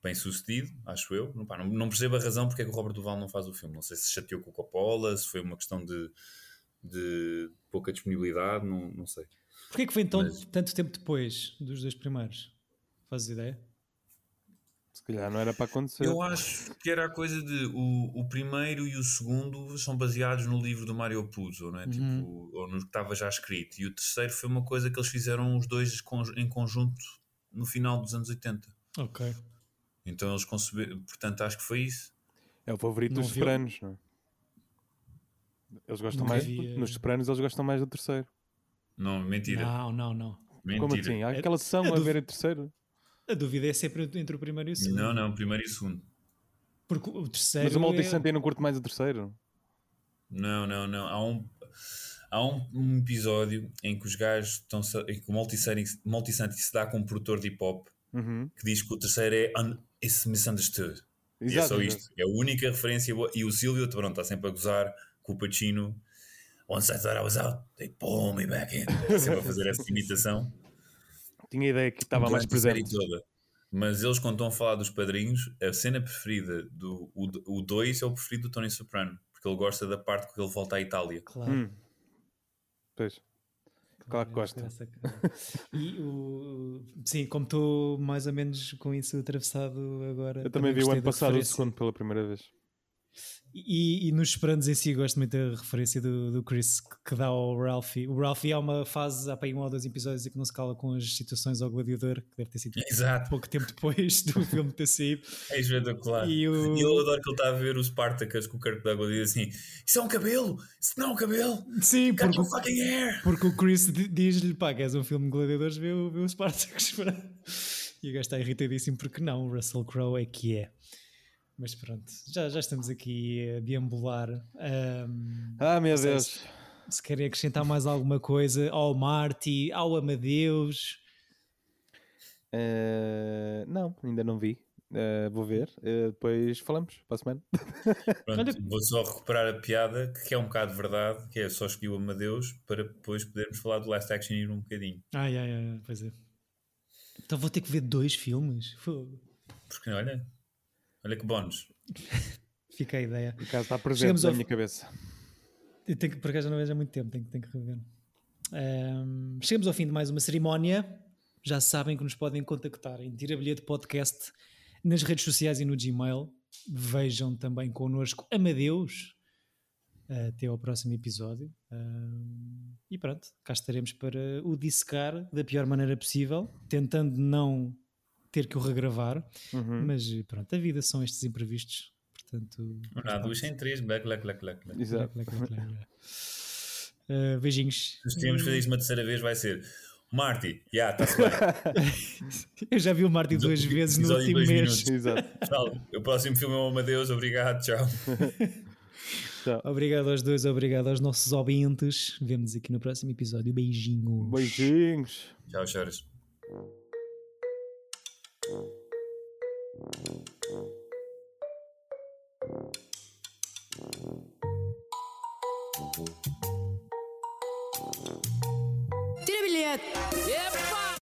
[SPEAKER 4] bem sucedido, acho eu. Não, pá, não, não percebo a razão porque é que o Robert Duval não faz o filme. Não sei se chateou com o Coppola, se foi uma questão de, de pouca disponibilidade, não, não sei.
[SPEAKER 2] Porquê que foi então
[SPEAKER 4] Mas-
[SPEAKER 2] tanto tempo depois dos dois primeiros? Fazes ideia?
[SPEAKER 3] Se calhar não era para acontecer.
[SPEAKER 4] Eu acho que era a coisa de o, o primeiro e o segundo são baseados no livro do Mario Puzo, não é? Tipo, ou no que estava já escrito. E o terceiro foi uma coisa que eles fizeram os dois con- em conjunto no final dos anos 80.
[SPEAKER 2] Ok.
[SPEAKER 4] Então eles conceberam, portanto, acho que foi isso.
[SPEAKER 3] É o favorito
[SPEAKER 2] Não
[SPEAKER 3] dos
[SPEAKER 2] viu?
[SPEAKER 3] Sopranos, não é? Eles gostam
[SPEAKER 2] Nunca
[SPEAKER 3] mais.
[SPEAKER 2] vi, eh.
[SPEAKER 3] Nos Sopranos eles gostam mais do terceiro.
[SPEAKER 4] Não, mentira.
[SPEAKER 2] Não, não, não.
[SPEAKER 3] Como
[SPEAKER 4] Mentira.
[SPEAKER 3] assim? Há aquela sessão
[SPEAKER 2] é
[SPEAKER 3] a
[SPEAKER 2] do-
[SPEAKER 3] ver o terceiro.
[SPEAKER 2] A dúvida é sempre entre o primeiro e o segundo.
[SPEAKER 4] Não, não, primeiro e segundo.
[SPEAKER 2] Porque o terceiro.
[SPEAKER 3] Mas o Malta
[SPEAKER 2] é-
[SPEAKER 3] e Santana não curte mais o terceiro.
[SPEAKER 4] Não, não, não. Há um, há um, um episódio em que os gajos estão. em que o Multisanti Multisanti se dá com um produtor de hip hop
[SPEAKER 3] Uhum.
[SPEAKER 4] que diz que o terceiro é un- it's misunderstood. E é
[SPEAKER 3] Exato,
[SPEAKER 4] só
[SPEAKER 3] exato.
[SPEAKER 4] isto. É a única referência boa. E o Silvio pronto, está sempre a gozar com o Pacino. Once I thought I was out, they pull me back in. Tá Sempre a fazer essa imitação.
[SPEAKER 3] Tinha a ideia que estava mais
[SPEAKER 4] durante a série
[SPEAKER 3] presente.
[SPEAKER 4] toda. Mas eles, quando estão a falar dos padrinhos, a cena preferida do 2 o, dois é o preferido do Tony Soprano, porque ele gosta da parte que ele volta à Itália.
[SPEAKER 2] Claro.
[SPEAKER 3] Hum. Pois. Claro que
[SPEAKER 2] Olha,
[SPEAKER 3] gosta.
[SPEAKER 2] essa cara. E o... Sim, como estou mais ou menos com isso atravessado agora.
[SPEAKER 3] Eu também vi o
[SPEAKER 2] gostei
[SPEAKER 3] ano
[SPEAKER 2] da
[SPEAKER 3] passado o
[SPEAKER 2] referência.
[SPEAKER 3] segundo pela primeira vez.
[SPEAKER 2] E, e nos Esperantes em si, eu gosto muito da referência do, do Chris que- que dá ao Ralphie. O Ralphie há uma fase, há para aí um ou dois episódios em que não se cala com as situações ao gladiador, que deve ter sido
[SPEAKER 4] Exato,
[SPEAKER 2] pouco tempo depois do filme ter saído.
[SPEAKER 4] é espetacular. E
[SPEAKER 2] E o-
[SPEAKER 4] eu adoro que ele está a ver o Spartacus com o carco d'água e diz assim: Isso é um cabelo! Isso não é um cabelo!
[SPEAKER 2] Sim,
[SPEAKER 4] Cut
[SPEAKER 2] porque,
[SPEAKER 4] your fucking hair!
[SPEAKER 2] porque o Chris di- diz-lhe, pá, queres um filme de gladiadores, vê o, vê o Spartacus. pá. E o gajo está irritadíssimo porque não, o Russell Crowe é que é. Mas pronto, já, já estamos aqui a deambular. Ahm,
[SPEAKER 3] Ah, meu
[SPEAKER 2] sei
[SPEAKER 3] Deus.
[SPEAKER 2] se- se querem acrescentar mais alguma coisa ao Marty, ao Amadeus.
[SPEAKER 3] Eh, não, ainda não vi. Eh, vou ver. Eh, depois falamos para a semana.
[SPEAKER 4] Pronto,
[SPEAKER 2] Olha-
[SPEAKER 4] Vou só recuperar a piada, que é um bocado verdade, que é só escolhi o Amadeus para depois podermos falar do Last Action Hero um bocadinho.
[SPEAKER 2] Ai, ai, ai, pois é. Então vou ter que ver dois filmes. Fogo.
[SPEAKER 4] Porque olha, olha que bónus.
[SPEAKER 2] Fica a ideia.
[SPEAKER 3] Por acaso está presente
[SPEAKER 2] Chegamos
[SPEAKER 3] na
[SPEAKER 2] ao-
[SPEAKER 3] minha cabeça.
[SPEAKER 2] Eu tenho que, por acaso já não vejo há muito tempo, tenho, que- tenho que rever. Ahm, chegamos ao fim de mais uma cerimónia. Já sabem que nos podem contactar em Tira Bilhete Podcast nas redes sociais e no Gmail. Vejam também connosco Amadeus. Até ao próximo episódio. Ahm, e pronto, cá estaremos para o dissecar da pior maneira possível, tentando não ter que o regravar.
[SPEAKER 4] Hum.
[SPEAKER 3] Uhum,
[SPEAKER 2] Mas pronto, a vida são estes imprevistos. Portanto,
[SPEAKER 4] Não há duas sem três, black, black, black, black. black.
[SPEAKER 3] Exato.
[SPEAKER 2] Clac, clac, clac, clac. Eh, beijinhos.
[SPEAKER 4] Se tivermos que fazer isto uma terceira vez, vai ser Marty, já, está-se bem.
[SPEAKER 2] Eu já vi o Marty duas
[SPEAKER 4] Episódio-
[SPEAKER 2] vezes no
[SPEAKER 4] episódio de
[SPEAKER 2] último
[SPEAKER 4] dois
[SPEAKER 2] mês.
[SPEAKER 4] minutos.
[SPEAKER 3] Exato.
[SPEAKER 4] Pessoal, o próximo filme é o Amadeus, obrigado, tchau.
[SPEAKER 3] Tchau.
[SPEAKER 2] Obrigado aos dois, obrigado aos nossos ouvintes. Vemo-nos aqui no próximo episódio. Beijinhos.
[SPEAKER 3] Beijinhos.
[SPEAKER 4] Tchau, choras.
[SPEAKER 1] Tira bilhete. Yep.